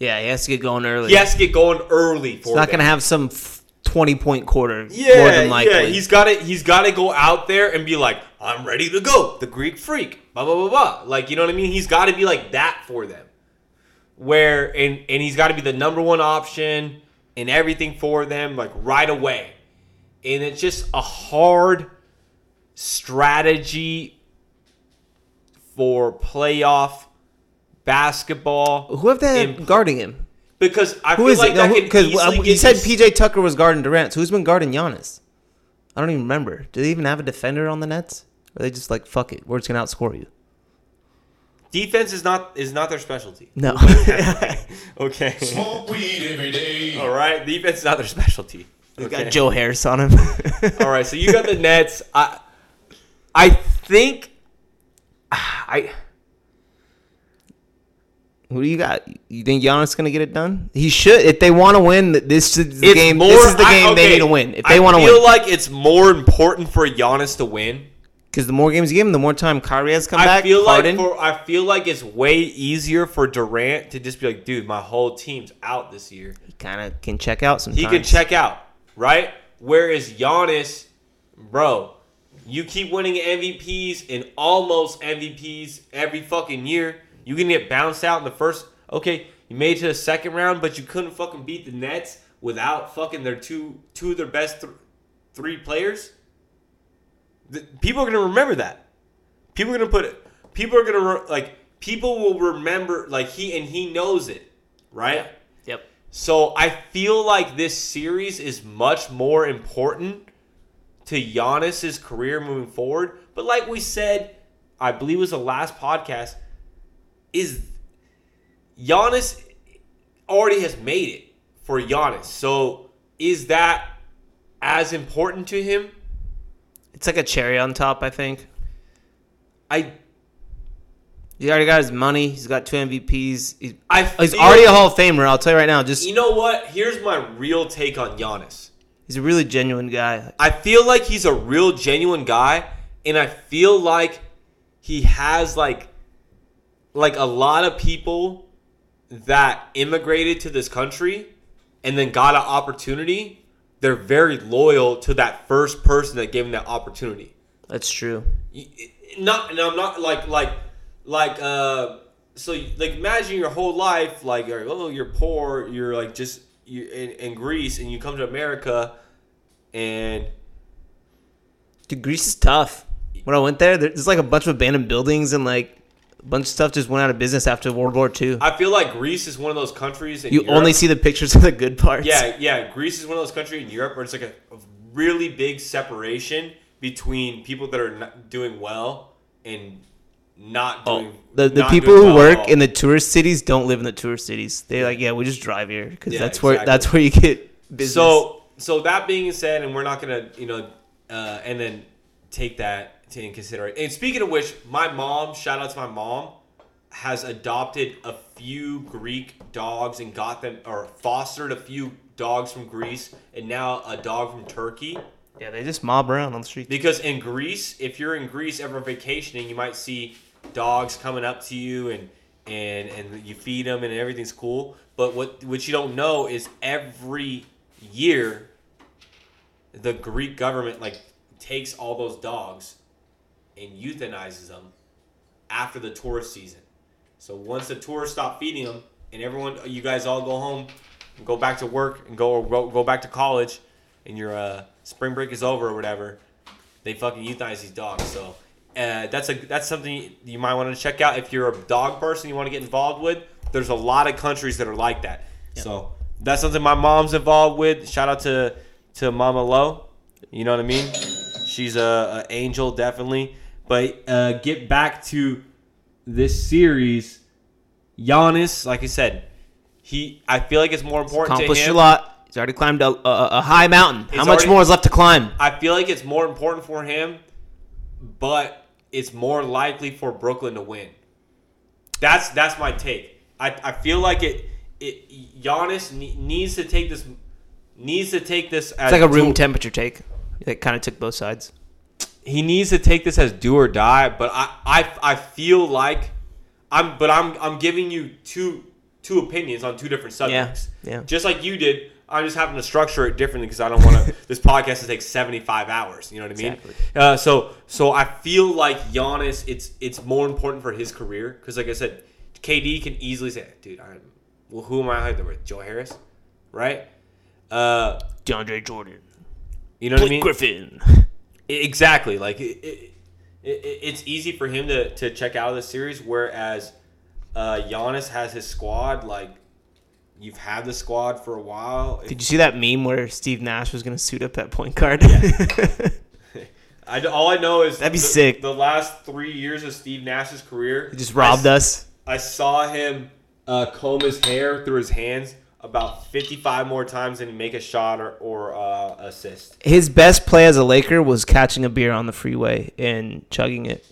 Yeah, he has to get going early.
He has to get going early for
he's not
them.
going to have some f- twenty-point quarter.
yeah,
more than likely.
yeah. He's got to he's got to go out there and be like, "I'm ready to go." The Greek freak, blah blah blah blah. Like you know what I mean? He's got to be like that for them. Where and and he's got to be the number one option and everything for them like right away. And it's just a hard strategy for playoff basketball
Who have they had
Imp-
guarding him?
because I
Who
feel
is
like
it?
that could
Because
easily get
you said
dis-
PJ Tucker was guarding Durant. So who's been guarding Giannis? I don't even remember. Do they even have a defender on the Nets? Or are they just like fuck it? We're just gonna outscore you.
defense is not is not their specialty.
No.
okay.
Smoke weed every day.
All right, defense is not their specialty.
He's
Okay.
got Joe Harris on him.
All right, so you got the Nets. I I think ah, I
Who do you got? You think Giannis gonna get it done? He should. If they want to win, th- this is the
it's
game.
more.
this is the
I-
game they
okay,
need to win. If they
I
want to
feel
win,
like it's more important for Giannis to win.
because the more games you give him, the more time Kyrie has to come
I
back.
feel
Harden.
like for I feel like it's way easier for Durant to just be like, dude, my whole team's out this year.
he kind of can check out sometimes.
He can check out, right? Whereas Giannis, bro, you keep winning MVPs and almost MVPs every fucking year. You can get bounced out in the first. Okay, you made it to the second round, but you couldn't fucking beat the Nets without fucking their two two of their best th- three players. Th- people are gonna remember that. People are gonna put it. People are gonna re- like. People will remember like he and he knows it, right?
Yep.
So I feel like this series is much more important to Giannis's career moving forward. But like we said, I believe it was the last podcast, is Giannis already has made it for Giannis. So is that as important to him?
It's like a cherry on top. I think
I
he already got his money. He's got two MVPs. He's,
I
he's
feel-
already a Hall of Famer. I'll tell you right now. Just
You know what? Here's my real take on Giannis.
he's a really genuine guy.
I feel like he's a real genuine guy, and I feel like he has like like a lot of people that immigrated to this country and then got an opportunity. They're very loyal to that first person that gave them that opportunity.
That's true.
You- Not, and I'm not like like like uh. So like imagine your whole life like you're, oh you're poor you're like just you in, in Greece and you come to America and
Dude, Greece is tough. When I went there, there- there's like a bunch of abandoned buildings and like a bunch of stuff just went out of business after World War II.
I feel like Greece is one of those countries. In
you
Europe-
only see the pictures of the good parts.
Yeah, yeah. Greece is one of those countries in Europe where it's like a, a really big separation between people that are not doing well and not doing.
Oh, The, the
not
people
doing
who
well at
work
all.
in the tourist cities don't live in the tourist cities. They're like, yeah, we just drive here because
Yeah,
that's where
exactly.
that's where you get business.
So, so that being said, and we're not gonna, you know, uh, and then take that to in consideration. And speaking of which, my mom, shout out to my mom, has adopted a few Greek dogs and got them, or fostered a few dogs from Greece, and now a dog from Turkey.
yeah, they just mob around on the street.
Because in Greece, if you're in Greece ever vacationing, you might see dogs coming up to you and and and you feed them and everything's cool. But what what you don't know is every year the Greek government like takes all those dogs and euthanizes them after the tourist season. So once the tourists stop feeding them and everyone you guys all go home, go back to work and go or go, go back to college and your uh, spring break is over or whatever, they fucking euthanize these dogs. So uh, that's a that's something you might want to check out if you're a dog person you want to get involved with. There's a lot of countries that are like that. So that's something my mom's involved with. Shout out to to Mama Lo. You know what I mean? She's a, a angel definitely. But uh, get back to this series. Giannis, like I said, he I feel like it's more important to
Accomplished
him.
a lot. He's already climbed a, a, a high mountain. How
He's
much
already-
more is left to climb?
I feel like it's more important for him, but it's more likely for Brooklyn to win. That's that's my take. I, I feel like it it Giannis ne- needs to take this needs to take this as
It's like a room
do-
temperature take. It kind of took both sides.
he needs to take this as do or die. But I I, I feel like I'm but I'm I'm giving you two two opinions on two different subjects.
yeah.
Just like you did. I'm just having to structure it differently because I don't want to. this podcast to take 75 hours. You know what I mean?
Exactly.
Uh, so so I feel like Giannis. It's it's more important for his career because like I said, KD can easily say, "Dude, I'm well, who am I out there with? Joe Harris, right? Uh,
DeAndre Jordan,
you know what I mean?
Griffin.
Exactly. Like it, it, it, it's easy for him to, to check out of the series, whereas uh, Giannis has his squad. Like you've had the squad for a while.
Did you see that meme where Steve Nash was gonna suit up at point guard?
I, all I know is
That'd be
the-
sick.
The last three years of Steve Nash's career,
Just robbed
I,
us.
I saw him uh, comb his hair through his hands about 55 more times and make a shot or, or uh, assist.
His best play as a Laker was catching a beer on the freeway and chugging it.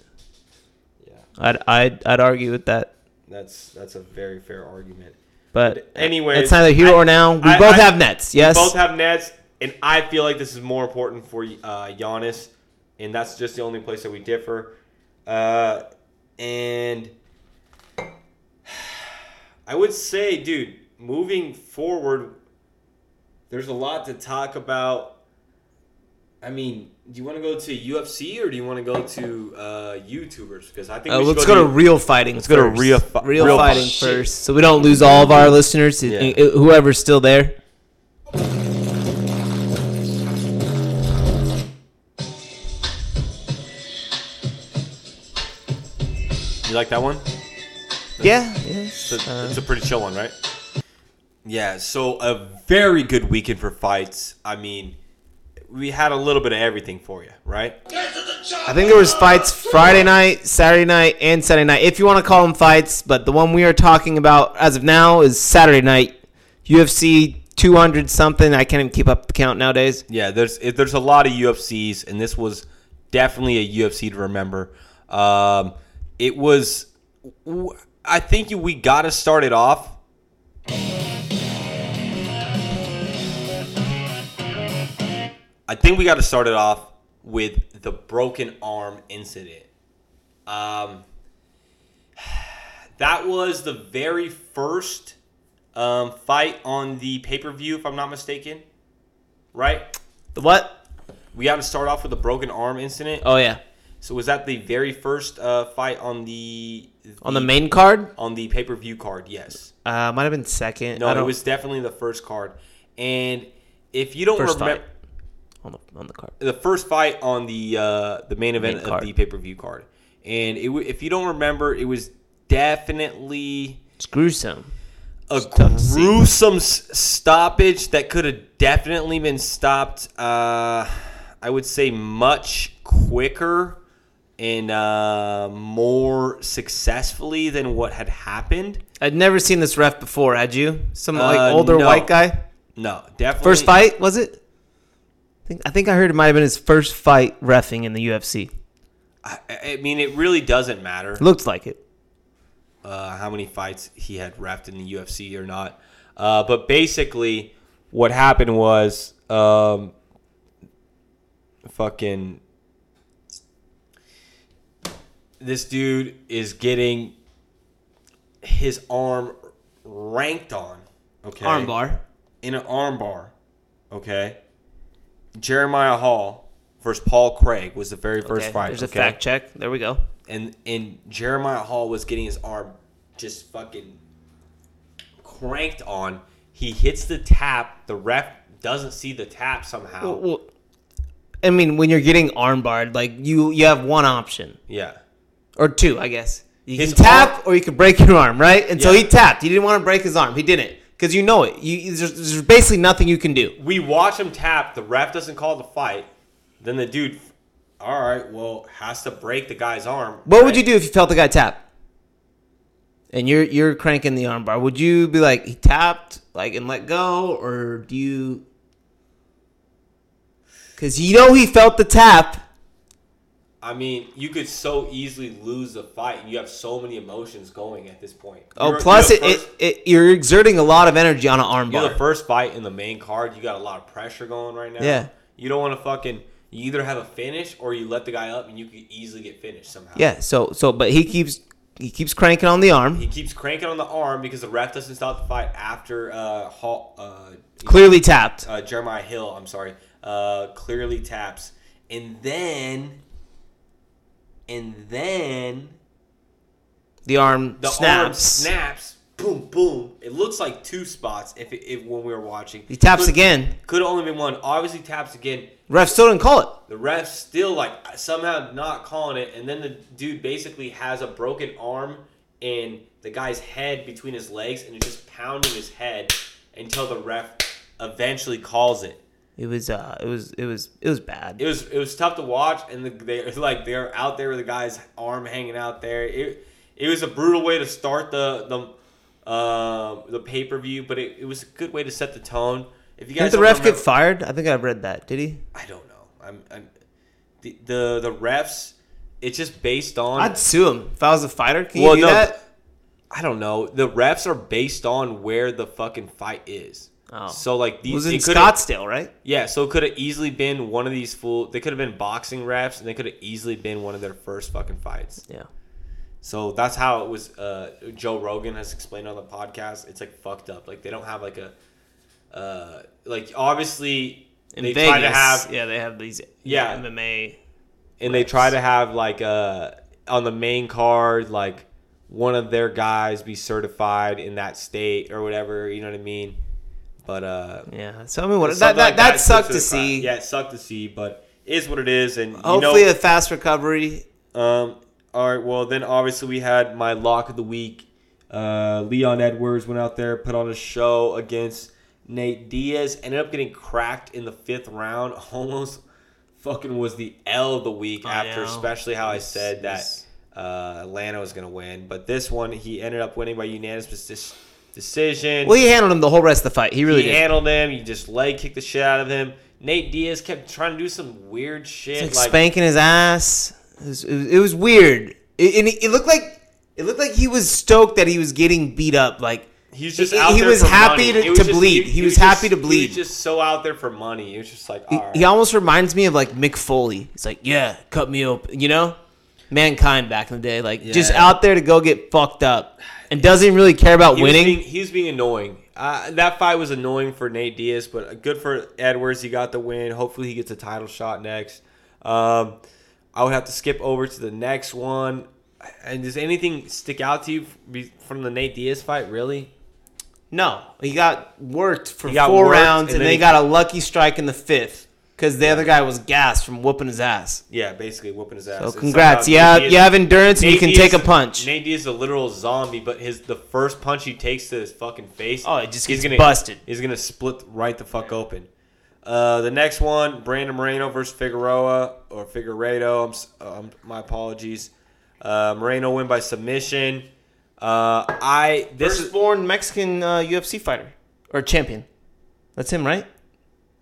Yeah,
I'd I'd, I'd argue with that,
that's that's a very fair argument.
but
Anyways,
it's neither here
I-
or now. We
I-
both
I-
have nets.
We
Yes,
both have nets, and I feel like this is more important for uh, Giannis, and that's just the only place that we differ. Uh, and I would say, dude, moving forward, there's a lot to talk about. I mean, do you want to go to UFC or do you want to go to uh, YouTubers? Because I think
Uh,
we should
let's go to
the-
real fighting. Let's
go to real fi-
real,
real
fighting
shit.
first, so we don't lose all of our listeners.
Yeah.
i- i- Whoever's still there.
You like that one?
Yeah. Yes.
It's a,
Uh,
it's a pretty chill one, right? Yeah, so a very good weekend for fights. I mean, we had a little bit of everything for you, right?
I think there was fights Friday night, Saturday night, and Saturday night. If you want to call them fights, but the one we are talking about as of now is Saturday night, UFC 200 something. I can't even keep up the count nowadays.
Yeah, there's it- there's a lot of UFCs, and this was definitely a UFC to remember. Um, it was, w- I think you- we got to start it off. I think we got to start it off with the broken arm incident. Um, that was the very first um, fight on the pay per view, if I'm not mistaken, right?
The what?
We got to start off with the broken arm incident.
Oh yeah,
So was that the very first uh, fight on the,
on the main card.
on the pay per view card? Yes.
Uh, might have been second.
No,
I don't,
it was definitely the first card. And if you don't
First
remember
fight. on the on the card.
the first fight on the uh, the main event
Main
of
card.
the pay per view card, and it, w- if you don't remember, it was definitely
It's gruesome.
a
tough to see.
gruesome s- stoppage that could have definitely been stopped. Uh, I would say much quicker and uh, more successfully than what had happened.
I'd never seen this ref before. Had you? Some like
Uh,
older
no.
white guy.
No, definitely
First fight was it? I think I think I heard it might have been his first fight refing in the UFC.
I, I mean, it really doesn't matter.
Looked like it.
uh, how many fights he had wrapped in the UFC or not. Uh, but basically, what happened was um, fucking this dude is getting his arm ranked on. Okay.
Armbar.
In an armbar. Okay. Jeremiah Hall versus Paul Craig was the very first
Okay,
fight.
There's a
okay?
fact check. There we go.
and and Jeremiah Hall was getting his arm just fucking cranked on. He hits the tap. The ref doesn't see the tap somehow.
Well, well, I mean, when you're getting armbarred, like you you have one option
yeah,
or two, I guess. You
His
can tap
arm-
or you can break your arm, right? And so
Yeah.
he tapped. He didn't want to break his arm. He didn't because you know it. You you- there's, there's basically nothing you can do.
we watch him tap. The ref doesn't call the fight. Then the dude, all right, well, has to break the guy's arm.
What would you do if you felt the guy tap? And you're you're cranking the armbar. Would you be like he tapped, like and let go, or do you? Because you know he felt the tap.
I mean, you could so easily lose the fight. You have so many emotions going at this point.
Oh,
You're-
plus
you're
it,
the
it,
first-
it you're exerting a lot of energy on an armbar.
You're the first fight in the main card. You got a lot of pressure going right now.
Yeah.
You don't want to fucking. You either have a finish or you let the guy up and you could easily get finished somehow.
Yeah. So so, but he keeps he keeps cranking on the
He
arm.
keeps cranking on the arm because the ref doesn't stop the fight after uh, Hall, uh,
Clearly tapped.
uh Jeremiah Hill. I'm sorry. Uh, clearly taps, and then, and then
The arm
the arm
snaps.
snaps. Boom, boom. It looks like two spots if, it, if when we were watching.
He taps
Could-
again.
Could have only been one. Obviously taps again.
Ref still didn't call it.
The ref still like somehow not calling it, and then the dude basically has a broken arm and the guy's head between his legs, and is just pounding his head until the ref eventually calls it.
It was uh, it was it was it was bad.
It was it was tough to watch, and the, they like they're out there with the guy's arm hanging out there. It it was a brutal way to start the the um, the pay per view, but it, it was a good way to set the tone. If you guys
Didn't the
don't
ref
remember-
get fired? I think I read that. Did he?
I don't know. I'm, I'm the, the the refs. It's just based on.
I'd sue him if I was a fighter. Can
Well,
you do
no,
that?
I don't know. The refs are based on where the fucking fight is.
Oh.
So like
It
these
was in
it could've-
Scottsdale, right?
Yeah, so it could have easily been one of these fool. They could have been boxing refs, and they could have easily been one of their first fucking fights.
Yeah.
So that's how it was. Uh, Joe Rogan has explained on the podcast. It's like fucked up. Like they don't have like a, uh, like obviously
In
they
Vegas,
try to have
yeah, they have these
Yeah.
MMA.
and they try to have like uh on the main card like one of their guys be certified in that state or whatever you know what i mean but uh
Yeah, so I mean, what
something
that that,
like
that
is
sucked to
certified.
see.
yeah it sucked to see but it is what it is and
Hopefully,
you
a fast recovery.
know, um all right well then obviously we had my lock of the week uh leon edwards went out there put on a show against nate diaz ended up getting cracked in the fifth round almost fucking was the l of the week
I
after
know.
especially how i
Oh, Yes,
said
yes.
that uh, Atlanta was going to win, but this one he ended up winning by unanimous deci- decision.
Well, he handled him the whole rest of the fight. He really
he
did.
handled him. He just leg kicked the shit out of him. Nate Diaz kept trying to do some weird shit,
like,
like,
spanking his ass. It was, it was, it was weird. It, and it, it looked like it looked like he was stoked that he was getting beat up. Like
he was just
he-
out
he
there
was
for
happy
money.
to-
It was
to
just-
bleed. He was happy to
just- He
bleed.
was just so out there for money. It was just like,
he,
all right.
he almost reminds me of like Mick Foley. He's like, yeah, cut me open. You know, mankind back in the day, like just
Yeah.
out there to go get fucked up and doesn't really care about
He was
winning.
being- he was being annoying. Uh, that fight was annoying for Nate Diaz, but good for Edwards. He got the win. Hopefully, he gets a title shot next. Um, I would have to skip over to the next one. And does anything stick out to you be- from the Nate Diaz fight? Really?
No, he got worked for
got
four
worked,
rounds,
and
and,
then
they
he-
got a lucky strike in the fifth because the other guy was gassed from whooping his ass.
Yeah, basically whooping his ass.
So
And
congrats,
somehow
you have,
Nate
you
Diaz-
have endurance, and you
Nate
can
Diaz-
take a punch.
Nate Diaz is a literal zombie, but his the first punch he takes to his fucking face.
Oh, it just
he's
gets
gonna,
busted.
He's gonna split right the fuck open. Uh, the next one, Brandon Moreno versus Figueroa or Figueredo. I'm, s- um, my apologies. Uh, Moreno win by submission. Uh, I this is,
Firstborn Mexican uh, UFC fighter or champion. That's him, right?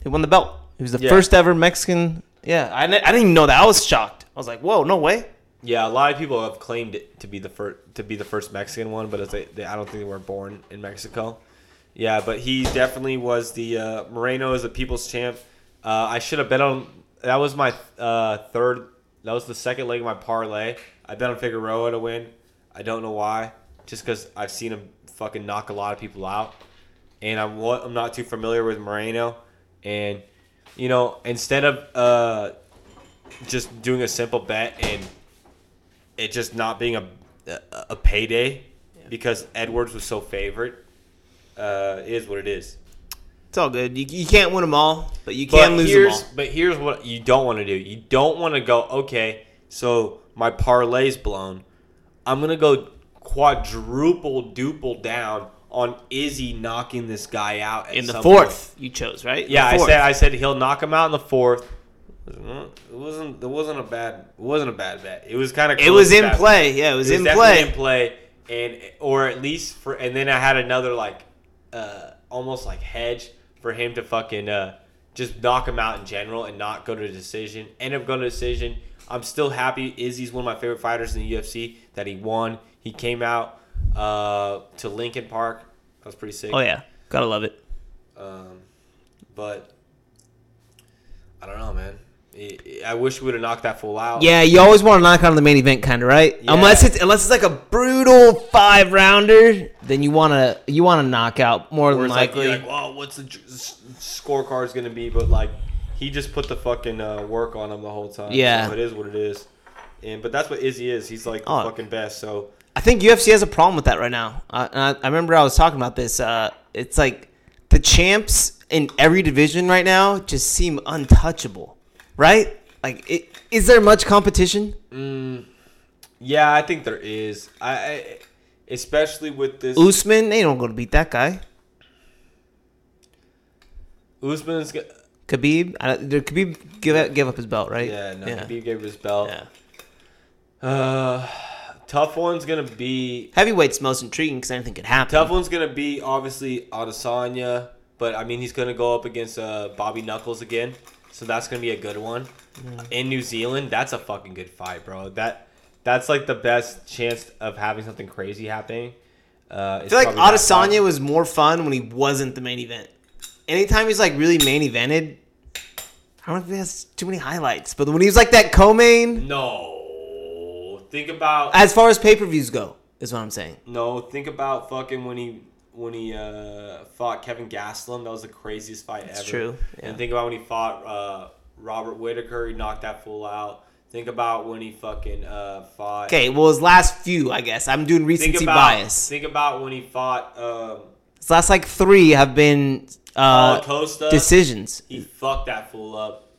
He won the belt. He was the
Yeah.
first ever Mexican. Yeah, I, ne- I didn't even know that. I was shocked. I was like, whoa, no way.
yeah, a lot of people have claimed it to be the first to be the first Mexican one, but it's they, they, I don't think they were born in Mexico. Yeah, but he definitely was the uh, Moreno is the people's champ. Uh, I should have bet on that was my uh, third. That was the second leg of my parlay. I bet on Figueroa to win. I don't know why, just because I've seen him fucking knock a lot of people out, and I'm wa- I'm not too familiar with Moreno, and you know instead of uh, just doing a simple bet and it just not being a a, a payday because Edwards was so favorite uh, it is what it is.
It's all good. You, you can't win them all, but you can lose them
here's,
all.
But here's what you don't want to do. You don't want to go, okay, so my parlay's blown. I'm going to go quadruple duple down on Izzy knocking this guy out at
In the
some point.
fourth, you chose, right?
Yeah,
The
I
fourth.
said I said he'll knock him out in the fourth. It wasn't it wasn't a bad it wasn't a bad bet. It was kind of
It was in play. Yeah, it was,
it was
in
definitely
play.
in play, and or at least for. And then I had another like, uh, almost like hedge for him to fucking uh, just knock him out in general and not go to decision. End up going to decision. I'm still happy. Izzy's one of my favorite fighters in the UFC. That he won. He came out uh, to Lincoln Park. That was pretty sick.
Oh yeah, gotta love it.
Um, but I don't know, man. It- it- I wish we would have knocked that fool out.
Yeah, you always want to knock out of the main event, kind of right?
Yeah.
Unless it's unless it's like a brutal five rounder, then you want to you want to knock out more
Where
than
it's like,
likely.
you're like, oh, what's the j- s- scorecard's gonna be? But like, he just put the fucking uh, work on him the whole time.
Yeah.
so it is what it is. And but that's what Izzy is. He's like the
Oh.
fucking best. So
I think UFC has a problem with that right now. Uh, and I, I remember I was talking about this. Uh, it's like the champs in every division right now just seem untouchable, right? Like, it, is there much competition?
yeah, I think there is. I, I especially with this
Usman, they don't go to beat that guy.
Usman's. g-
Khabib, I, don't- did Khabib give up, give up his belt, right?
Yeah, no, he gave his belt.
Yeah.
Uh, Tough one's gonna be
Heavyweight's most intriguing because anything could happen.
tough one's gonna be obviously Adesanya, but I mean he's gonna go up against uh, Bobby Knuckles again, so that's gonna be a good one. In New Zealand, that's a fucking good fight, bro. That that's like the best chance of having something crazy happening. Uh,
I feel like Adesanya was more fun when he wasn't the main event. Anytime he's like really main evented, I don't think he has too many highlights. But when he was like that co-main,
No, think about
as far as pay-per-views go, is what I'm saying.
No, think about fucking when he when he uh, fought Kevin Gastelum. That was the craziest fight ever.
true, yeah.
And think about when he fought uh, Robert Whitaker. He knocked that fool out. Think about when he fucking uh, fought.
Okay, well his last few, I guess. I'm doing
Think
recency
about
bias.
think about when he fought um,
His last like three have been
Paulo
uh,
Costa.
decisions.
He fucked that fool up.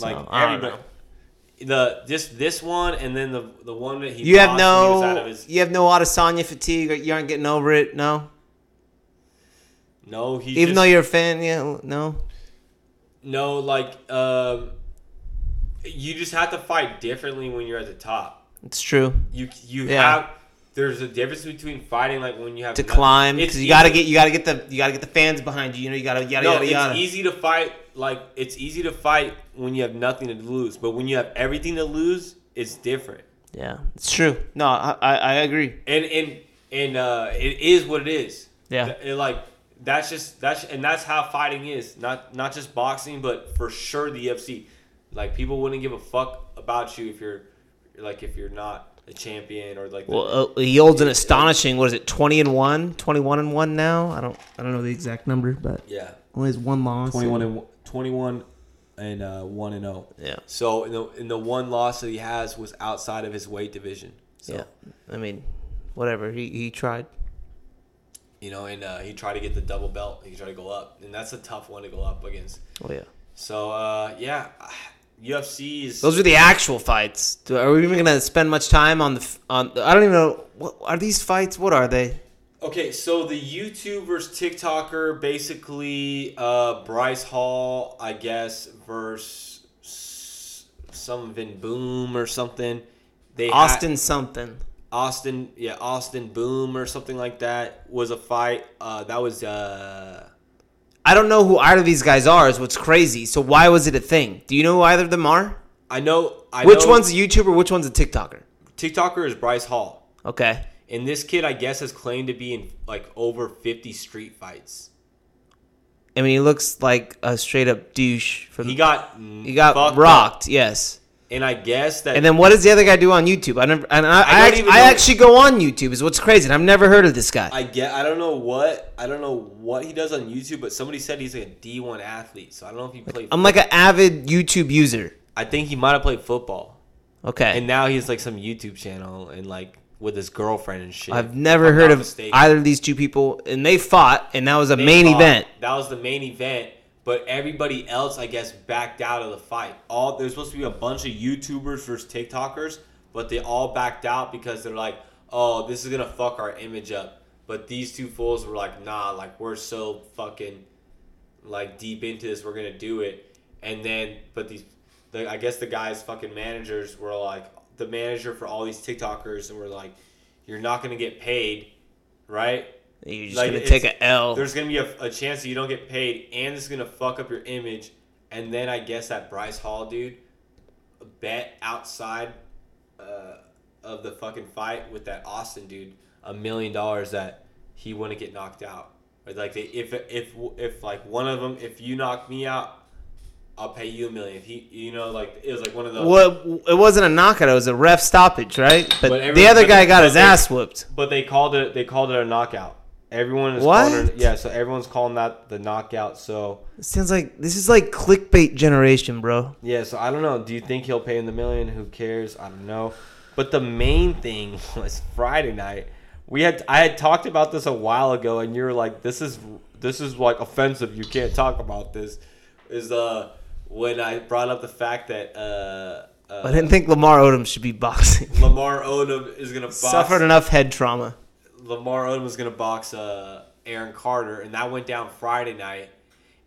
Like
So, I don't
everybody. The just this one and then the the one that he
You
lost
have
when he was out
no,
of his-
you have no Adesanya fatigue. Or you aren't getting over it. No,
no he
even
just-
though you're a fan. Yeah, no.
No, like um, you just have to fight differently when you're at the top.
It's true.
You you
Yeah.
have there's a difference between fighting like when you have
to
nothing.
climb
It's
because you gotta
easy-
get you gotta get the you gotta get the fans behind you. You know you gotta yada
no,
yada
it's
yada.
easy to fight like it's easy to fight when you have nothing to lose, but when you have everything to lose, it's different.
Yeah, it's true. No, I I, I agree.
And and and uh, it is what it is.
Yeah.
Th- it, like that's just that's and that's how fighting is. Not not just boxing, but for sure the UFC. Like people wouldn't give a fuck about you if you're like if you're not a champion or like the-
Well, uh, he holds an astonishing. What is it? Twenty and one, 21 and one now. I don't I don't know the exact number, but
yeah.
only has one loss.
21 and 21 and uh, 1 and 0.
Yeah.
So and the, and the one loss that he has was outside of his weight division. So,
yeah. I mean, whatever. He he tried.
you know, and uh, he tried to get the double belt. He tried to go up, and that's a tough one to go up against.
Oh yeah.
So uh, yeah, UFC is
Those are the actual fights. Do, are we even gonna spend much time on the f- on? The, I don't even know. What are these fights? What are they?
Okay, so the YouTube versus TikToker, basically uh, Bryce Hall, I guess, versus s- some Vin Boom or something. They had-
Austin something.
Austin, yeah, Austin Boom or something like that was a fight. Uh, that was uh,
I don't know who either of these guys are. Is what's crazy. So why was it a thing? Do you know who either of them are?
I know. I
Which
know
one's a YouTuber? Which one's a TikToker?
TikToker is Bryce Hall,
Okay.
and this kid, I guess, has claimed to be in like over fifty street fights.
I mean, he looks like a straight up douche. From
He got
he got
fucked up.
rocked. Yes.
and I guess that
And then what does the other guy do on YouTube? I never. And I, I,
don't
act-
even
I
know-
actually go on YouTube. Is what's crazy. And I've never heard of this guy.
I get. I don't know what. I don't know what he does on YouTube, but somebody said he's a D one athlete. So I don't know if he played.
I'm like an avid YouTube user.
I think he might have played football,
Okay.
and now he's like some YouTube channel and like with his girlfriend and shit.
I've
if
never
I'm
heard
not
of
mistaken.
either of these two people, and they fought, and that was a
They
main
fought.
event.
That was the main event, but everybody else, I guess, backed out of the fight. All there's supposed to be a bunch of YouTubers versus TikTokers, but they all backed out because they're like, "Oh, this is gonna fuck our image up." But these two fools were like, "Nah, like we're so fucking like deep into this, we're gonna do it." And then, but these, the, I guess the guys, fucking managers, were like the manager for all these TikTokers, and were like, "You're not gonna get paid, right?"
You're just
Like,
gonna
it's-
take a L.
there's gonna be a, a chance that you don't get paid, and it's gonna fuck up your image. And then I guess that Bryce Hall dude bet outside uh, of the fucking fight with that Austin dude a million dollars that he wouldn't get knocked out. Or, Like they, if if if like one of them, if you knock me out, I'll pay you a million. If he, you know, like it was like one of those.
Well, it wasn't a knockout. It was a ref stoppage, right? But,
But every-
the other
but-
guy got
but
his
they-
ass whooped.
But they called it. They called it a knockout. Everyone is Calling it,
What?
yeah, so everyone's calling that the knockout. So
Sounds like this is like clickbait generation, bro.
Yeah, so I don't know. Do you think he'll pay him the million? Who cares? I don't know. But the main thing was Friday night. We had I had talked about this a while ago, and you were like, "This is this is like offensive. You can't talk about this." Is uh when I brought up the fact that uh,
I
uh
didn't think Lamar Odom should be boxing.
Lamar Odom is gonna box
Suffered enough head trauma.
Lamar Odom was gonna box uh, Aaron Carter, and that went down Friday night.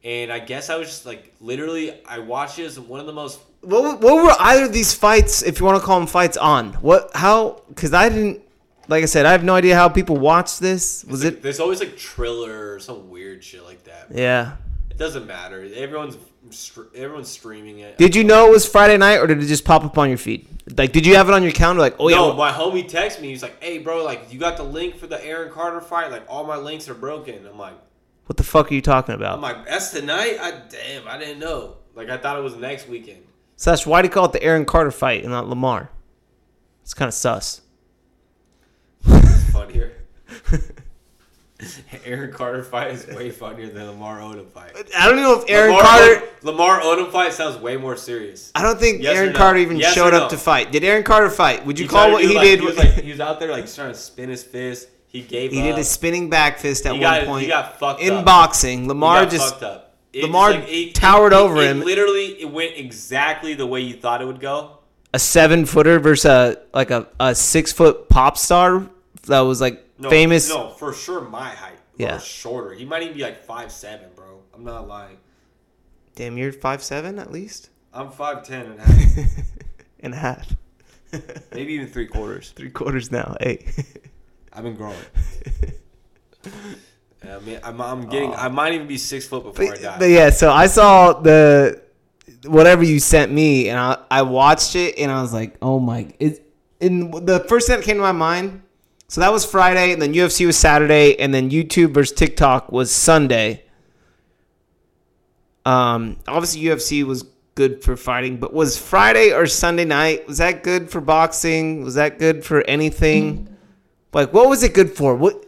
And I guess I was just like, literally, I watched it as one of the most
What, what were either of these fights, if you want to call them fights, on? What? How? Because I didn't. Like I said, I have no idea how people watched this. Was it?
There's always like Triller or some weird shit like that.
Yeah.
It doesn't matter. Everyone's str- everyone's streaming it.
Did you know it was Friday night, or did it just pop up on your feed? Like, did you have it on your calendar? Like, oh
no,
yeah,
my homie texted me. He's like, "Hey, bro, like you got the link for the Aaron Carter fight? Like all my links are broken." I'm like,
what the fuck are you talking
I'm
about?
like, that's tonight. I damn, I didn't know. Like I thought it was next weekend.
Sash, why do you call it the Aaron Carter fight and not Lamar? It's kind of sus.
Funnier. Aaron Carter fight is way funnier than Lamar Odom fight.
I don't know if Aaron
Lamar,
Carter.
Lamar Odom fight sounds way more serious.
I don't think
Yes or
Aaron
no?
Carter even
Yes
showed
or
up
no?
to fight. Did Aaron Carter fight? Would you
He
call
tried
what
to do,
he
like-
did?
He was,
with-
like, he was out there like trying to spin his fist. He gave.
He
up.
did a spinning back fist at
He
one
got- he
point.
got fucked
in
up.
boxing.
He
Lamar
got
just
fucked up. It
Lamar
just, it-
towered
it-
over
it
him.
Literally, it went exactly the way you thought it would go.
a seven footer versus a like a, a six foot pop star that was like
No,
famous.
No, for sure, my height.
Yeah.
Yeah, shorter. He might even be like five seven, bro. I'm not lying.
Damn, you're five seven at least
I'm five ten and a half,
and a half,
maybe even three quarters.
three quarters now. Hey,
I've been growing. And I mean, I'm, I'm getting. I might even be six foot before I die.
but yeah, so I saw the whatever you sent me, and I I watched it, and I was like, oh my! It, and the first thing that came to my mind. So that was Friday, and then UFC was Saturday, and then YouTube versus TikTok was Sunday. Um, obviously UFC was good for fighting, but was Friday or Sunday night? Was that good for boxing? Was that good for anything? Like, what was it good for? What?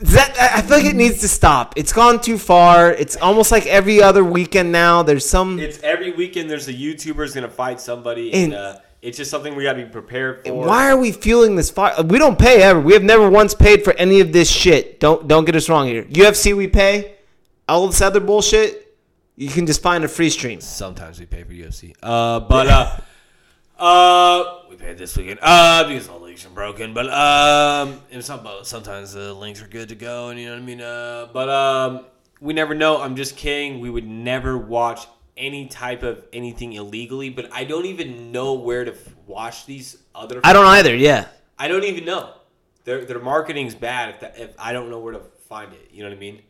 Is That I I feel like it needs to stop. It's gone too far. It's almost like every other weekend now. There's some.
it's every weekend. There's a YouTuber's gonna fight somebody,
And-
and, uh, it's just something we gotta be prepared for.
Why are we fueling this fire? We don't pay ever. We have never once paid for any of this shit. Don't don't get us wrong here. UFC we pay. All this other bullshit, you can just find a free stream.
Sometimes we pay for UFC. Uh, but uh, uh, we paid this weekend. Uh, because all links are broken. But um, it's not about sometimes the links are good to go, and you know what I mean. Uh, but um, we never know. I'm just kidding. We would never watch any type of anything illegally. But I don't even know where to f- watch these other.
I don't either. Yeah.
I don't even know. Their their marketing's bad if, that, if I don't know where to find it. You know what I mean?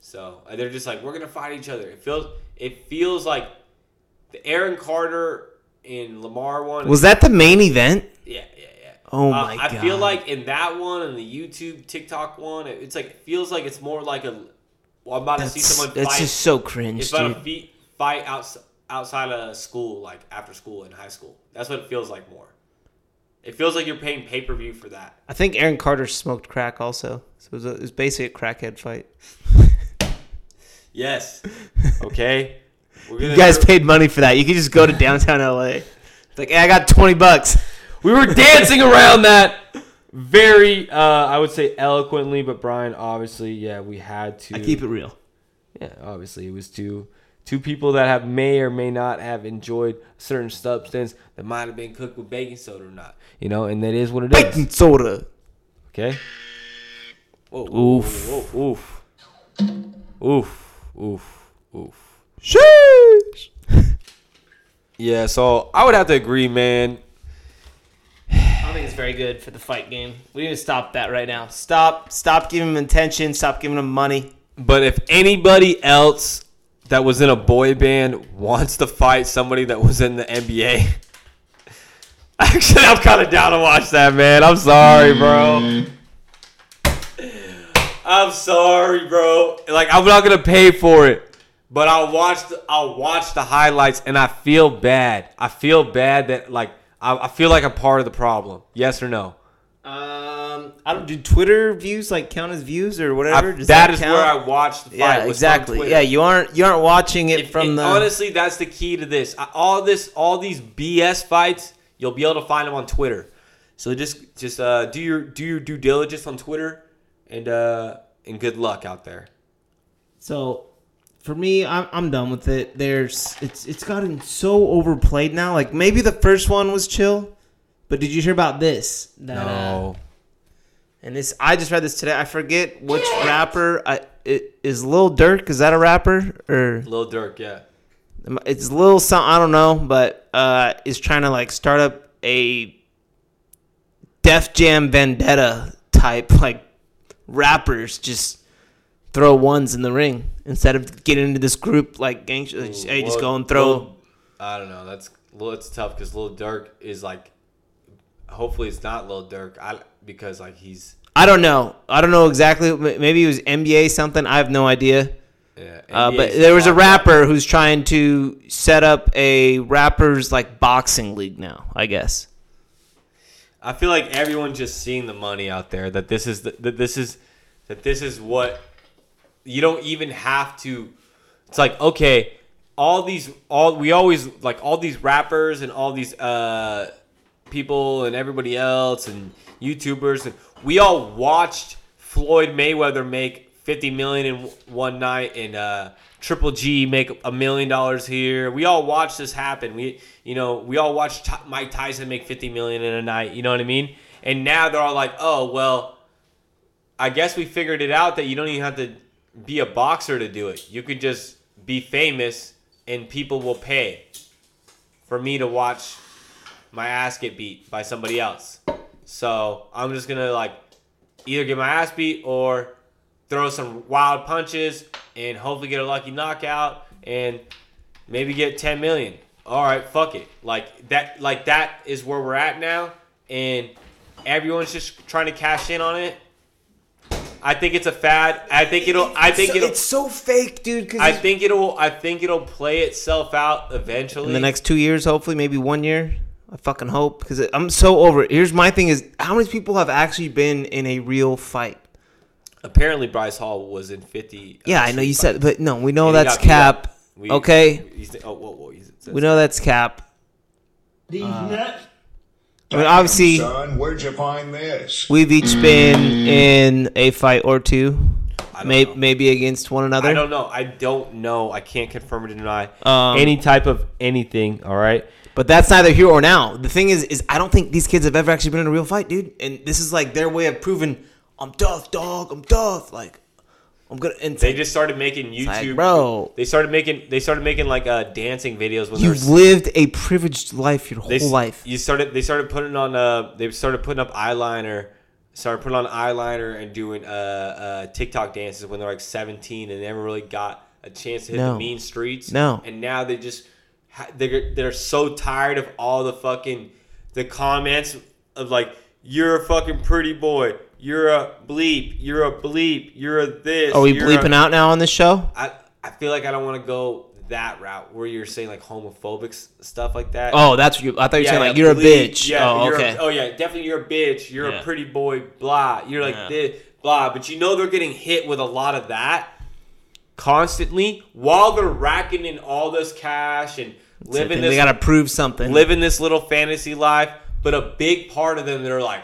So uh, they're just like we're gonna fight each other. It feels it feels like the Aaron Carter and Lamar one.
Was that the main event?
yeah yeah yeah.
Oh
Uh,
my
I feel
God.
like in that one and the YouTube TikTok one, it, it's like it feels like it's more like a. Well, I'm about to see
That's,
someone
that's
fight.
just so cringe,
it's about a
dude.
feet fight outs, outside of school, like after school in high school. That's what it feels like more. It feels like you're paying pay per view for that.
I think Aaron Carter smoked crack also. So it was, a, it was basically a crackhead fight.
Yes. Okay. We're gonna
You guys paid money for that. You could just go to downtown LA. It's like, hey, I got 20 bucks.
We were dancing around that very, uh, I would say, eloquently, but Brian, obviously, yeah, we had to
I keep it real.
yeah, obviously it was two two people that have may or may not have enjoyed a certain substance that might have been cooked with baking soda or not. You know, and that is what it is.
Baking soda.
Okay.
Whoa,
Oof. Oof. Oof. Oof. Oof.
Sheesh.
Yeah, so I would have to agree, man.
I don't think it's very good for the fight game. We need to stop that right now. Stop. Stop giving them attention. Stop giving them money.
But if anybody else that was in a boy band wants to fight somebody that was in the NBA, actually, I'm kind of down to watch that, man. I'm sorry, bro.
I'm sorry, bro.
Like, I'm not gonna pay for it, but I'll watch. The, I'll watch the highlights, and I feel bad. I feel bad that like I, I feel like I'm part of the problem. Yes or no?
Um, I don't do Twitter views like count as views or
I,
whatever. Does
that is
count?
where I watched the fight. was
Yeah,
from
exactly.
Twitter.
Yeah, you aren't you aren't watching it
If-
from
and
the.
honestly, that's the key to this. I- All this, all these BS fights, you'll be able to find them on Twitter. So just, just uh, do your do your due diligence on Twitter, and uh, and good luck out there.
So for me, I'm, I'm done with it. There's it's it's gotten so overplayed now. Like maybe the first one was chill, but did you hear about this? That, uh,
No.
and this I just read this today. I forget which rapper. I it, is Lil Durk. Is that a rapper or
Lil Durk, yeah.
It's a little something I don't know, but uh, is trying to like start up a Def Jam vendetta type like rappers just throw ones in the ring instead of getting into this group like gang. Just, hey, just
Lil-
go and throw.
Lil- I don't know. That's Lil- it's tough because Lil Durk is like. Hopefully, it's not Lil Durk. I because like he's
I don't know. I don't know exactly. M- Maybe it was NBA something. I have no idea.
yeah.
Uh, but
NBA's
there was a
locked up.
rapper who's trying to set up a rappers like boxing league now. I guess.
I feel like everyone's just seeing the money out there. That this is the, that this is that this is what you don't even have to. It's like okay, all these all we always like all these rappers and all these uh, people and everybody else and YouTubers and we all watched Floyd Mayweather make fifty million in w- one night and uh, Triple G make a million dollars here. We all watched this happen. We you know we all watched T- Mike Tyson make fifty million in a night. You know what I mean? And now they're all like, oh well, I guess we figured it out that you don't even have to be a boxer to do it. You could just be famous and people will pay for me to watch my ass get beat by somebody else. So I'm just gonna like either get my ass beat or throw some wild punches and hopefully get a lucky knockout and maybe get 10 million. All right, fuck it. Like that like that is where we're at now and everyone's just trying to cash in on it. I think it's a fad. I think it'll I think
so,
it'll
it's so fake, dude. Because
I think it'll I think it'll play itself out eventually.
in the next two years, hopefully, maybe one year. I fucking hope because I'm so over. it. Here's my thing: is how many people have actually been in a real fight?
Apparently, Bryce Hall was in fifty.
Yeah, I know you said, but no, we know
And he
that's
got beat up.
cap. okay,
He's, oh, whoa, whoa. He's,
we know that's cap.
These nuts.
I mean, obviously,
Son, where'd you find this?
we've each been in a fight or two,
don't
may-
know.
maybe against one another.
I don't know. I don't know. I can't confirm or deny
Um,
any type of anything. All right.
But that's neither here or now. The thing is, is I don't think these kids have ever actually been in a real fight, dude. And this is like their way of proving I'm tough, dog. I'm tough. Like I'm gonna. And
They just started making YouTube,
like, bro.
They started making. They started making like uh, dancing videos when
you've
they're
lived a privileged life your whole
they, s-
life.
You started. They started putting on. Uh, they started putting up eyeliner. Started putting on eyeliner and doing uh, uh, TikTok dances when they're like 17 and never really got a chance to hit
No.
the mean streets.
No.
And now they just ha- they're they're so tired of all the fucking the comments of like you're a fucking pretty boy. You're a bleep. You're a bleep. You're a this.
Are we
you're
bleeping
a,
out now on this show?
I I feel like I don't want to go that route where you're saying like homophobic s- stuff like that.
Oh, that's what you. I thought you were saying like you're a
bleep.
bitch.
Yeah,
oh,
you're a-
okay.
oh yeah, definitely you're a bitch. You're
Yeah.
a pretty boy. Blah. You're like
Yeah.
this. Blah. But you know they're getting hit with a lot of that constantly while they're racking in all this cash and
So I think
living
they
this
gotta prove something.
living this little fantasy life. But a big part of them, they're like,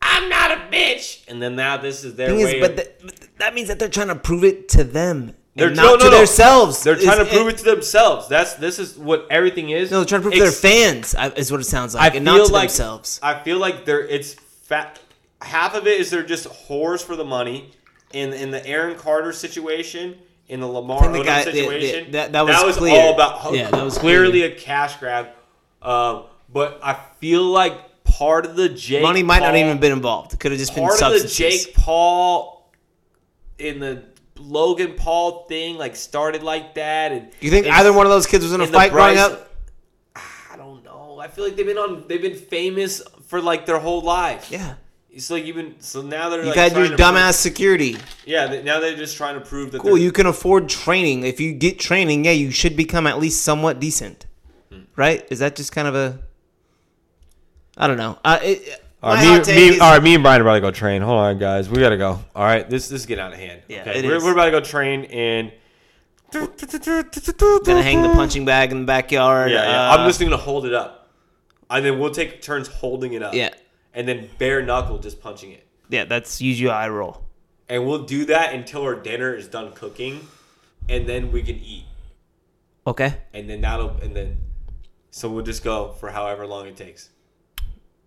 I'm not a bitch. And then now this is their
thing
way.
is, but,
of-
that- but that means that they're trying to prove it to them.
They're
and not
no, no,
to
no.
themselves.
They're trying
Is-
to prove it to themselves. That's this is what everything is.
No, they're trying to prove to
Ex-
their fans. I- Is what it sounds like,
I
and not
feel
to
like-
themselves.
I feel like they're it's fat. Half of it is they're just whores for the money. In in the Aaron Carter situation, in the Lamar
think the
Odom
guy- the- the-
situation,
that- that was clear.
all about
Yeah, that was
clearly a cash grab. Um, but I feel like part of the Jake
Money might not
Paul-
even have been involved. It could have just been
part of the
substances.
Jake Paul in the Logan Paul thing like started like that and
you think
and-
either one of those kids was in a
and the
fight growing
Bryce-
up?
Ah, I don't know. I feel like they've been on. They've been famous for like their whole life.
Yeah.
It's like you've been. So now they're.
You've
like
had
trying
your
to prove-
dumbass security.
yeah. They, now they're just trying to prove that.
Cool.
they're-
You can afford training. If you get training, yeah, you should become at least somewhat decent,
Hmm.
right? Is that just kind of a? I don't know. Uh, it,
All
my
right,
hot
me,
take
me,
is-
all right, me and Brian are about to go train. Hold on, guys, we gotta go. All right, this this is getting out of hand.
Yeah,
okay,
it
we're,
is.
we're about to go train and.
Gonna hang the punching bag in the backyard.
Yeah, yeah.
uh,
I'm just gonna hold it up, and then we'll take turns holding it up.
Yeah.
and then bare knuckle just punching it,
Yeah, that's usually how I roll.
and we'll do that until our dinner is done cooking, and then we can eat.
Okay.
and then that'll and then so we'll just go for however long it takes.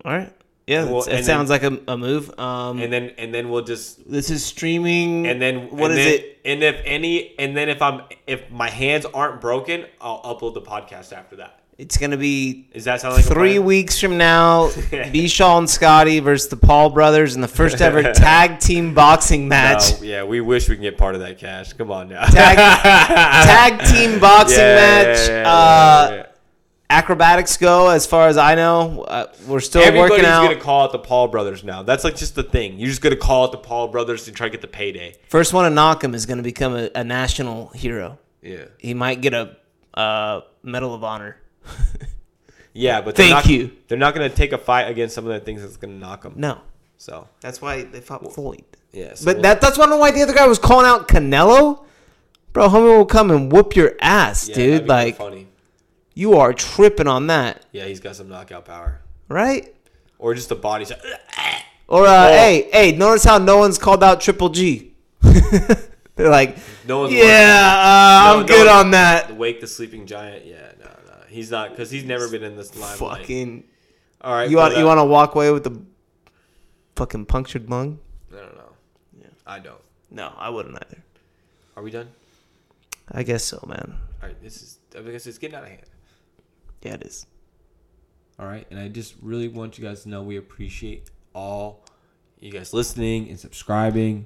All right. Yeah,
Well,
that
and
sounds like a, a move. Um,
and then and then we'll just
this is streaming.
and then
what
and
is
then-
it?
And if any, and then if I'm if my hands aren't broken, I'll upload the podcast after that.
It's gonna be
Is that sound like
three
a plan?
weeks from now. Bishaw and Scotty versus the Paul brothers in the first ever tag team boxing match.
No, Oh, yeah, we wish we can get part of that cash. Come on now.
Tag, tag team boxing
Yeah,
match.
yeah, yeah, yeah,
uh,
yeah.
Acrobatics go as far as I know. Uh, we're still
Everybody's
working out.
gonna call it the Paul Brothers now. That's like just the thing. You're just gonna call it the Paul Brothers and try to get the payday.
First one to knock him is gonna become a, a national hero.
Yeah.
He might get a uh, medal of honor.
Yeah, but they're
Thank
not,
you.
They're not gonna take a fight against some of the things that's gonna knock them.
No,
So
that's why they fought Floyd.
yeah. so
But
we'll-
that, that's one why the other guy was calling out Canelo. Bro, homie will come and whoop your ass,
yeah, that'd
dude.
be kinda
Like
funny.
you are tripping on that,
Yeah, he's got some knockout power,
right?
or just the body. shot.
Or uh, hey, hey, notice how no one's called out Triple G. They're like,
No one's
yeah,
No,
uh, I'm
no
good
one-
on that.
Wake the sleeping giant. Yeah, no, no, he's not because he's never been in this limelight.
Fucking,
All right,
you want
but,
you
uh,
want to walk away with a fucking punctured lung?
I don't know. I don't.
No, I wouldn't either.
Are we done?
I guess so, man.
All right, this is. I guess it's getting out of hand.
Yeah, it is.
All right, and I just really want you guys to know we appreciate all you guys listening and subscribing.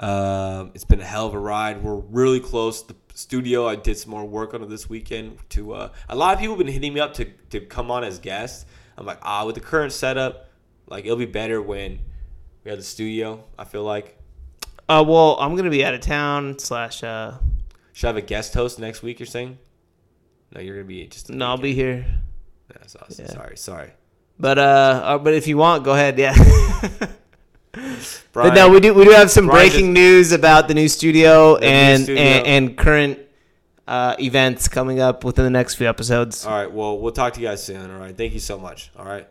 Um, it's been a hell of a ride. We're really close. The studio I did some more work on it this weekend. To uh, a lot of people have been hitting me up to to come on as guests. I'm like, ah, with the current setup, like it'll be better when we have the studio. I feel like
Uh, well, I'm gonna be out of town slash. Uh,
should I have a guest host next week. You're saying? No, you're gonna be just.
no, I'll be here.
That's awesome. Sorry, sorry.
But uh, uh, but if you want, go ahead. Yeah.
Brian,
but no, we do we do have some
Brian
breaking news about the new studio
new
and
studio.
and, and current uh, events coming up within the next few episodes.
All right. Well, we'll talk to you guys soon. All right. Thank you so much. All right.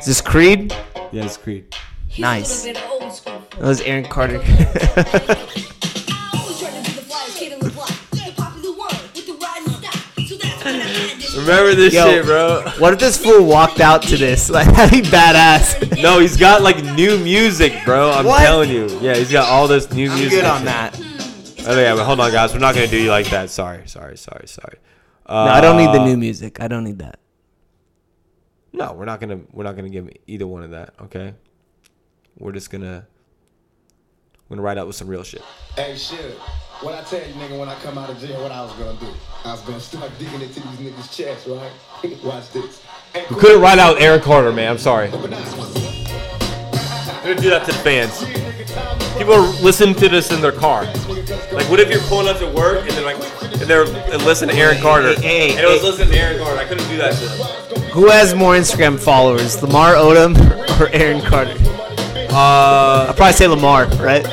Is this Creed?
Yes, Creed.
Nice.
Nice.
That was Aaron Carter.
Remember this
Yo.
shit, bro.
what if this fool walked out to this? Like that'd be badass.
No, he's got like new music, bro. I'm
What?
telling you. Yeah, he's got all this new
I'm
music.
good on that.
Oh yeah, but hold on, guys. We're not gonna do you like that. Sorry, sorry, sorry, sorry. Uh,
No, I don't need the new music. I don't need that.
Uh, No, we're not gonna. We're not gonna give either one of that. Okay. We're just gonna. We're gonna ride out with some real shit.
Hey, shit. What I tell you, nigga, when I come out of jail, what I was gonna do? I was gonna start digging into these niggas' chests, right? Watch this. Hey,
We couldn't ride out Eric Carter, man. I'm sorry.
but nah,
We're gonna do that to the fans. People are listening to this in their car. Like, what if you're pulling up to work and they're like, and they're and listen to Aaron Carter?
Hey, hey,
and it was
hey.
listening to Aaron Carter. I couldn't do that to them.
Who has more Instagram followers, Lamar Odom or Aaron Carter?
Uh,
I'd probably say Lamar, right?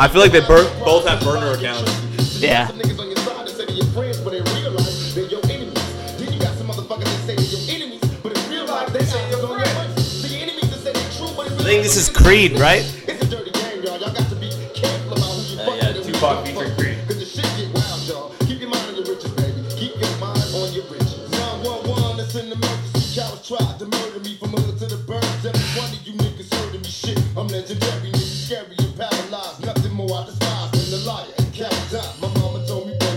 I feel like they bur- both have burner accounts.
Yeah.
niggas on your side that say they're your friends, but in real life, they're your enemies. Then you got some motherfuckers that say they're your enemies, but in real life, they say they're your friends. The enemies that say they're true, but in real
I think this is Creed, right?
It's a dirty game, y'all. Y'all got to be careful about who you fuck with. Uh, Tupac featuring Creed. Cause the shit get wild, y'all. Keep your mind on your riches, baby. Keep your mind on your riches. 911, that's an emergency. Cows tried to murder me from hood to the birds. Every one of you niggas hurting me shit. I'm legendary, niggas scary and paralyzed. Nothing more I despise than a liar and carry time. My mama told me, boy,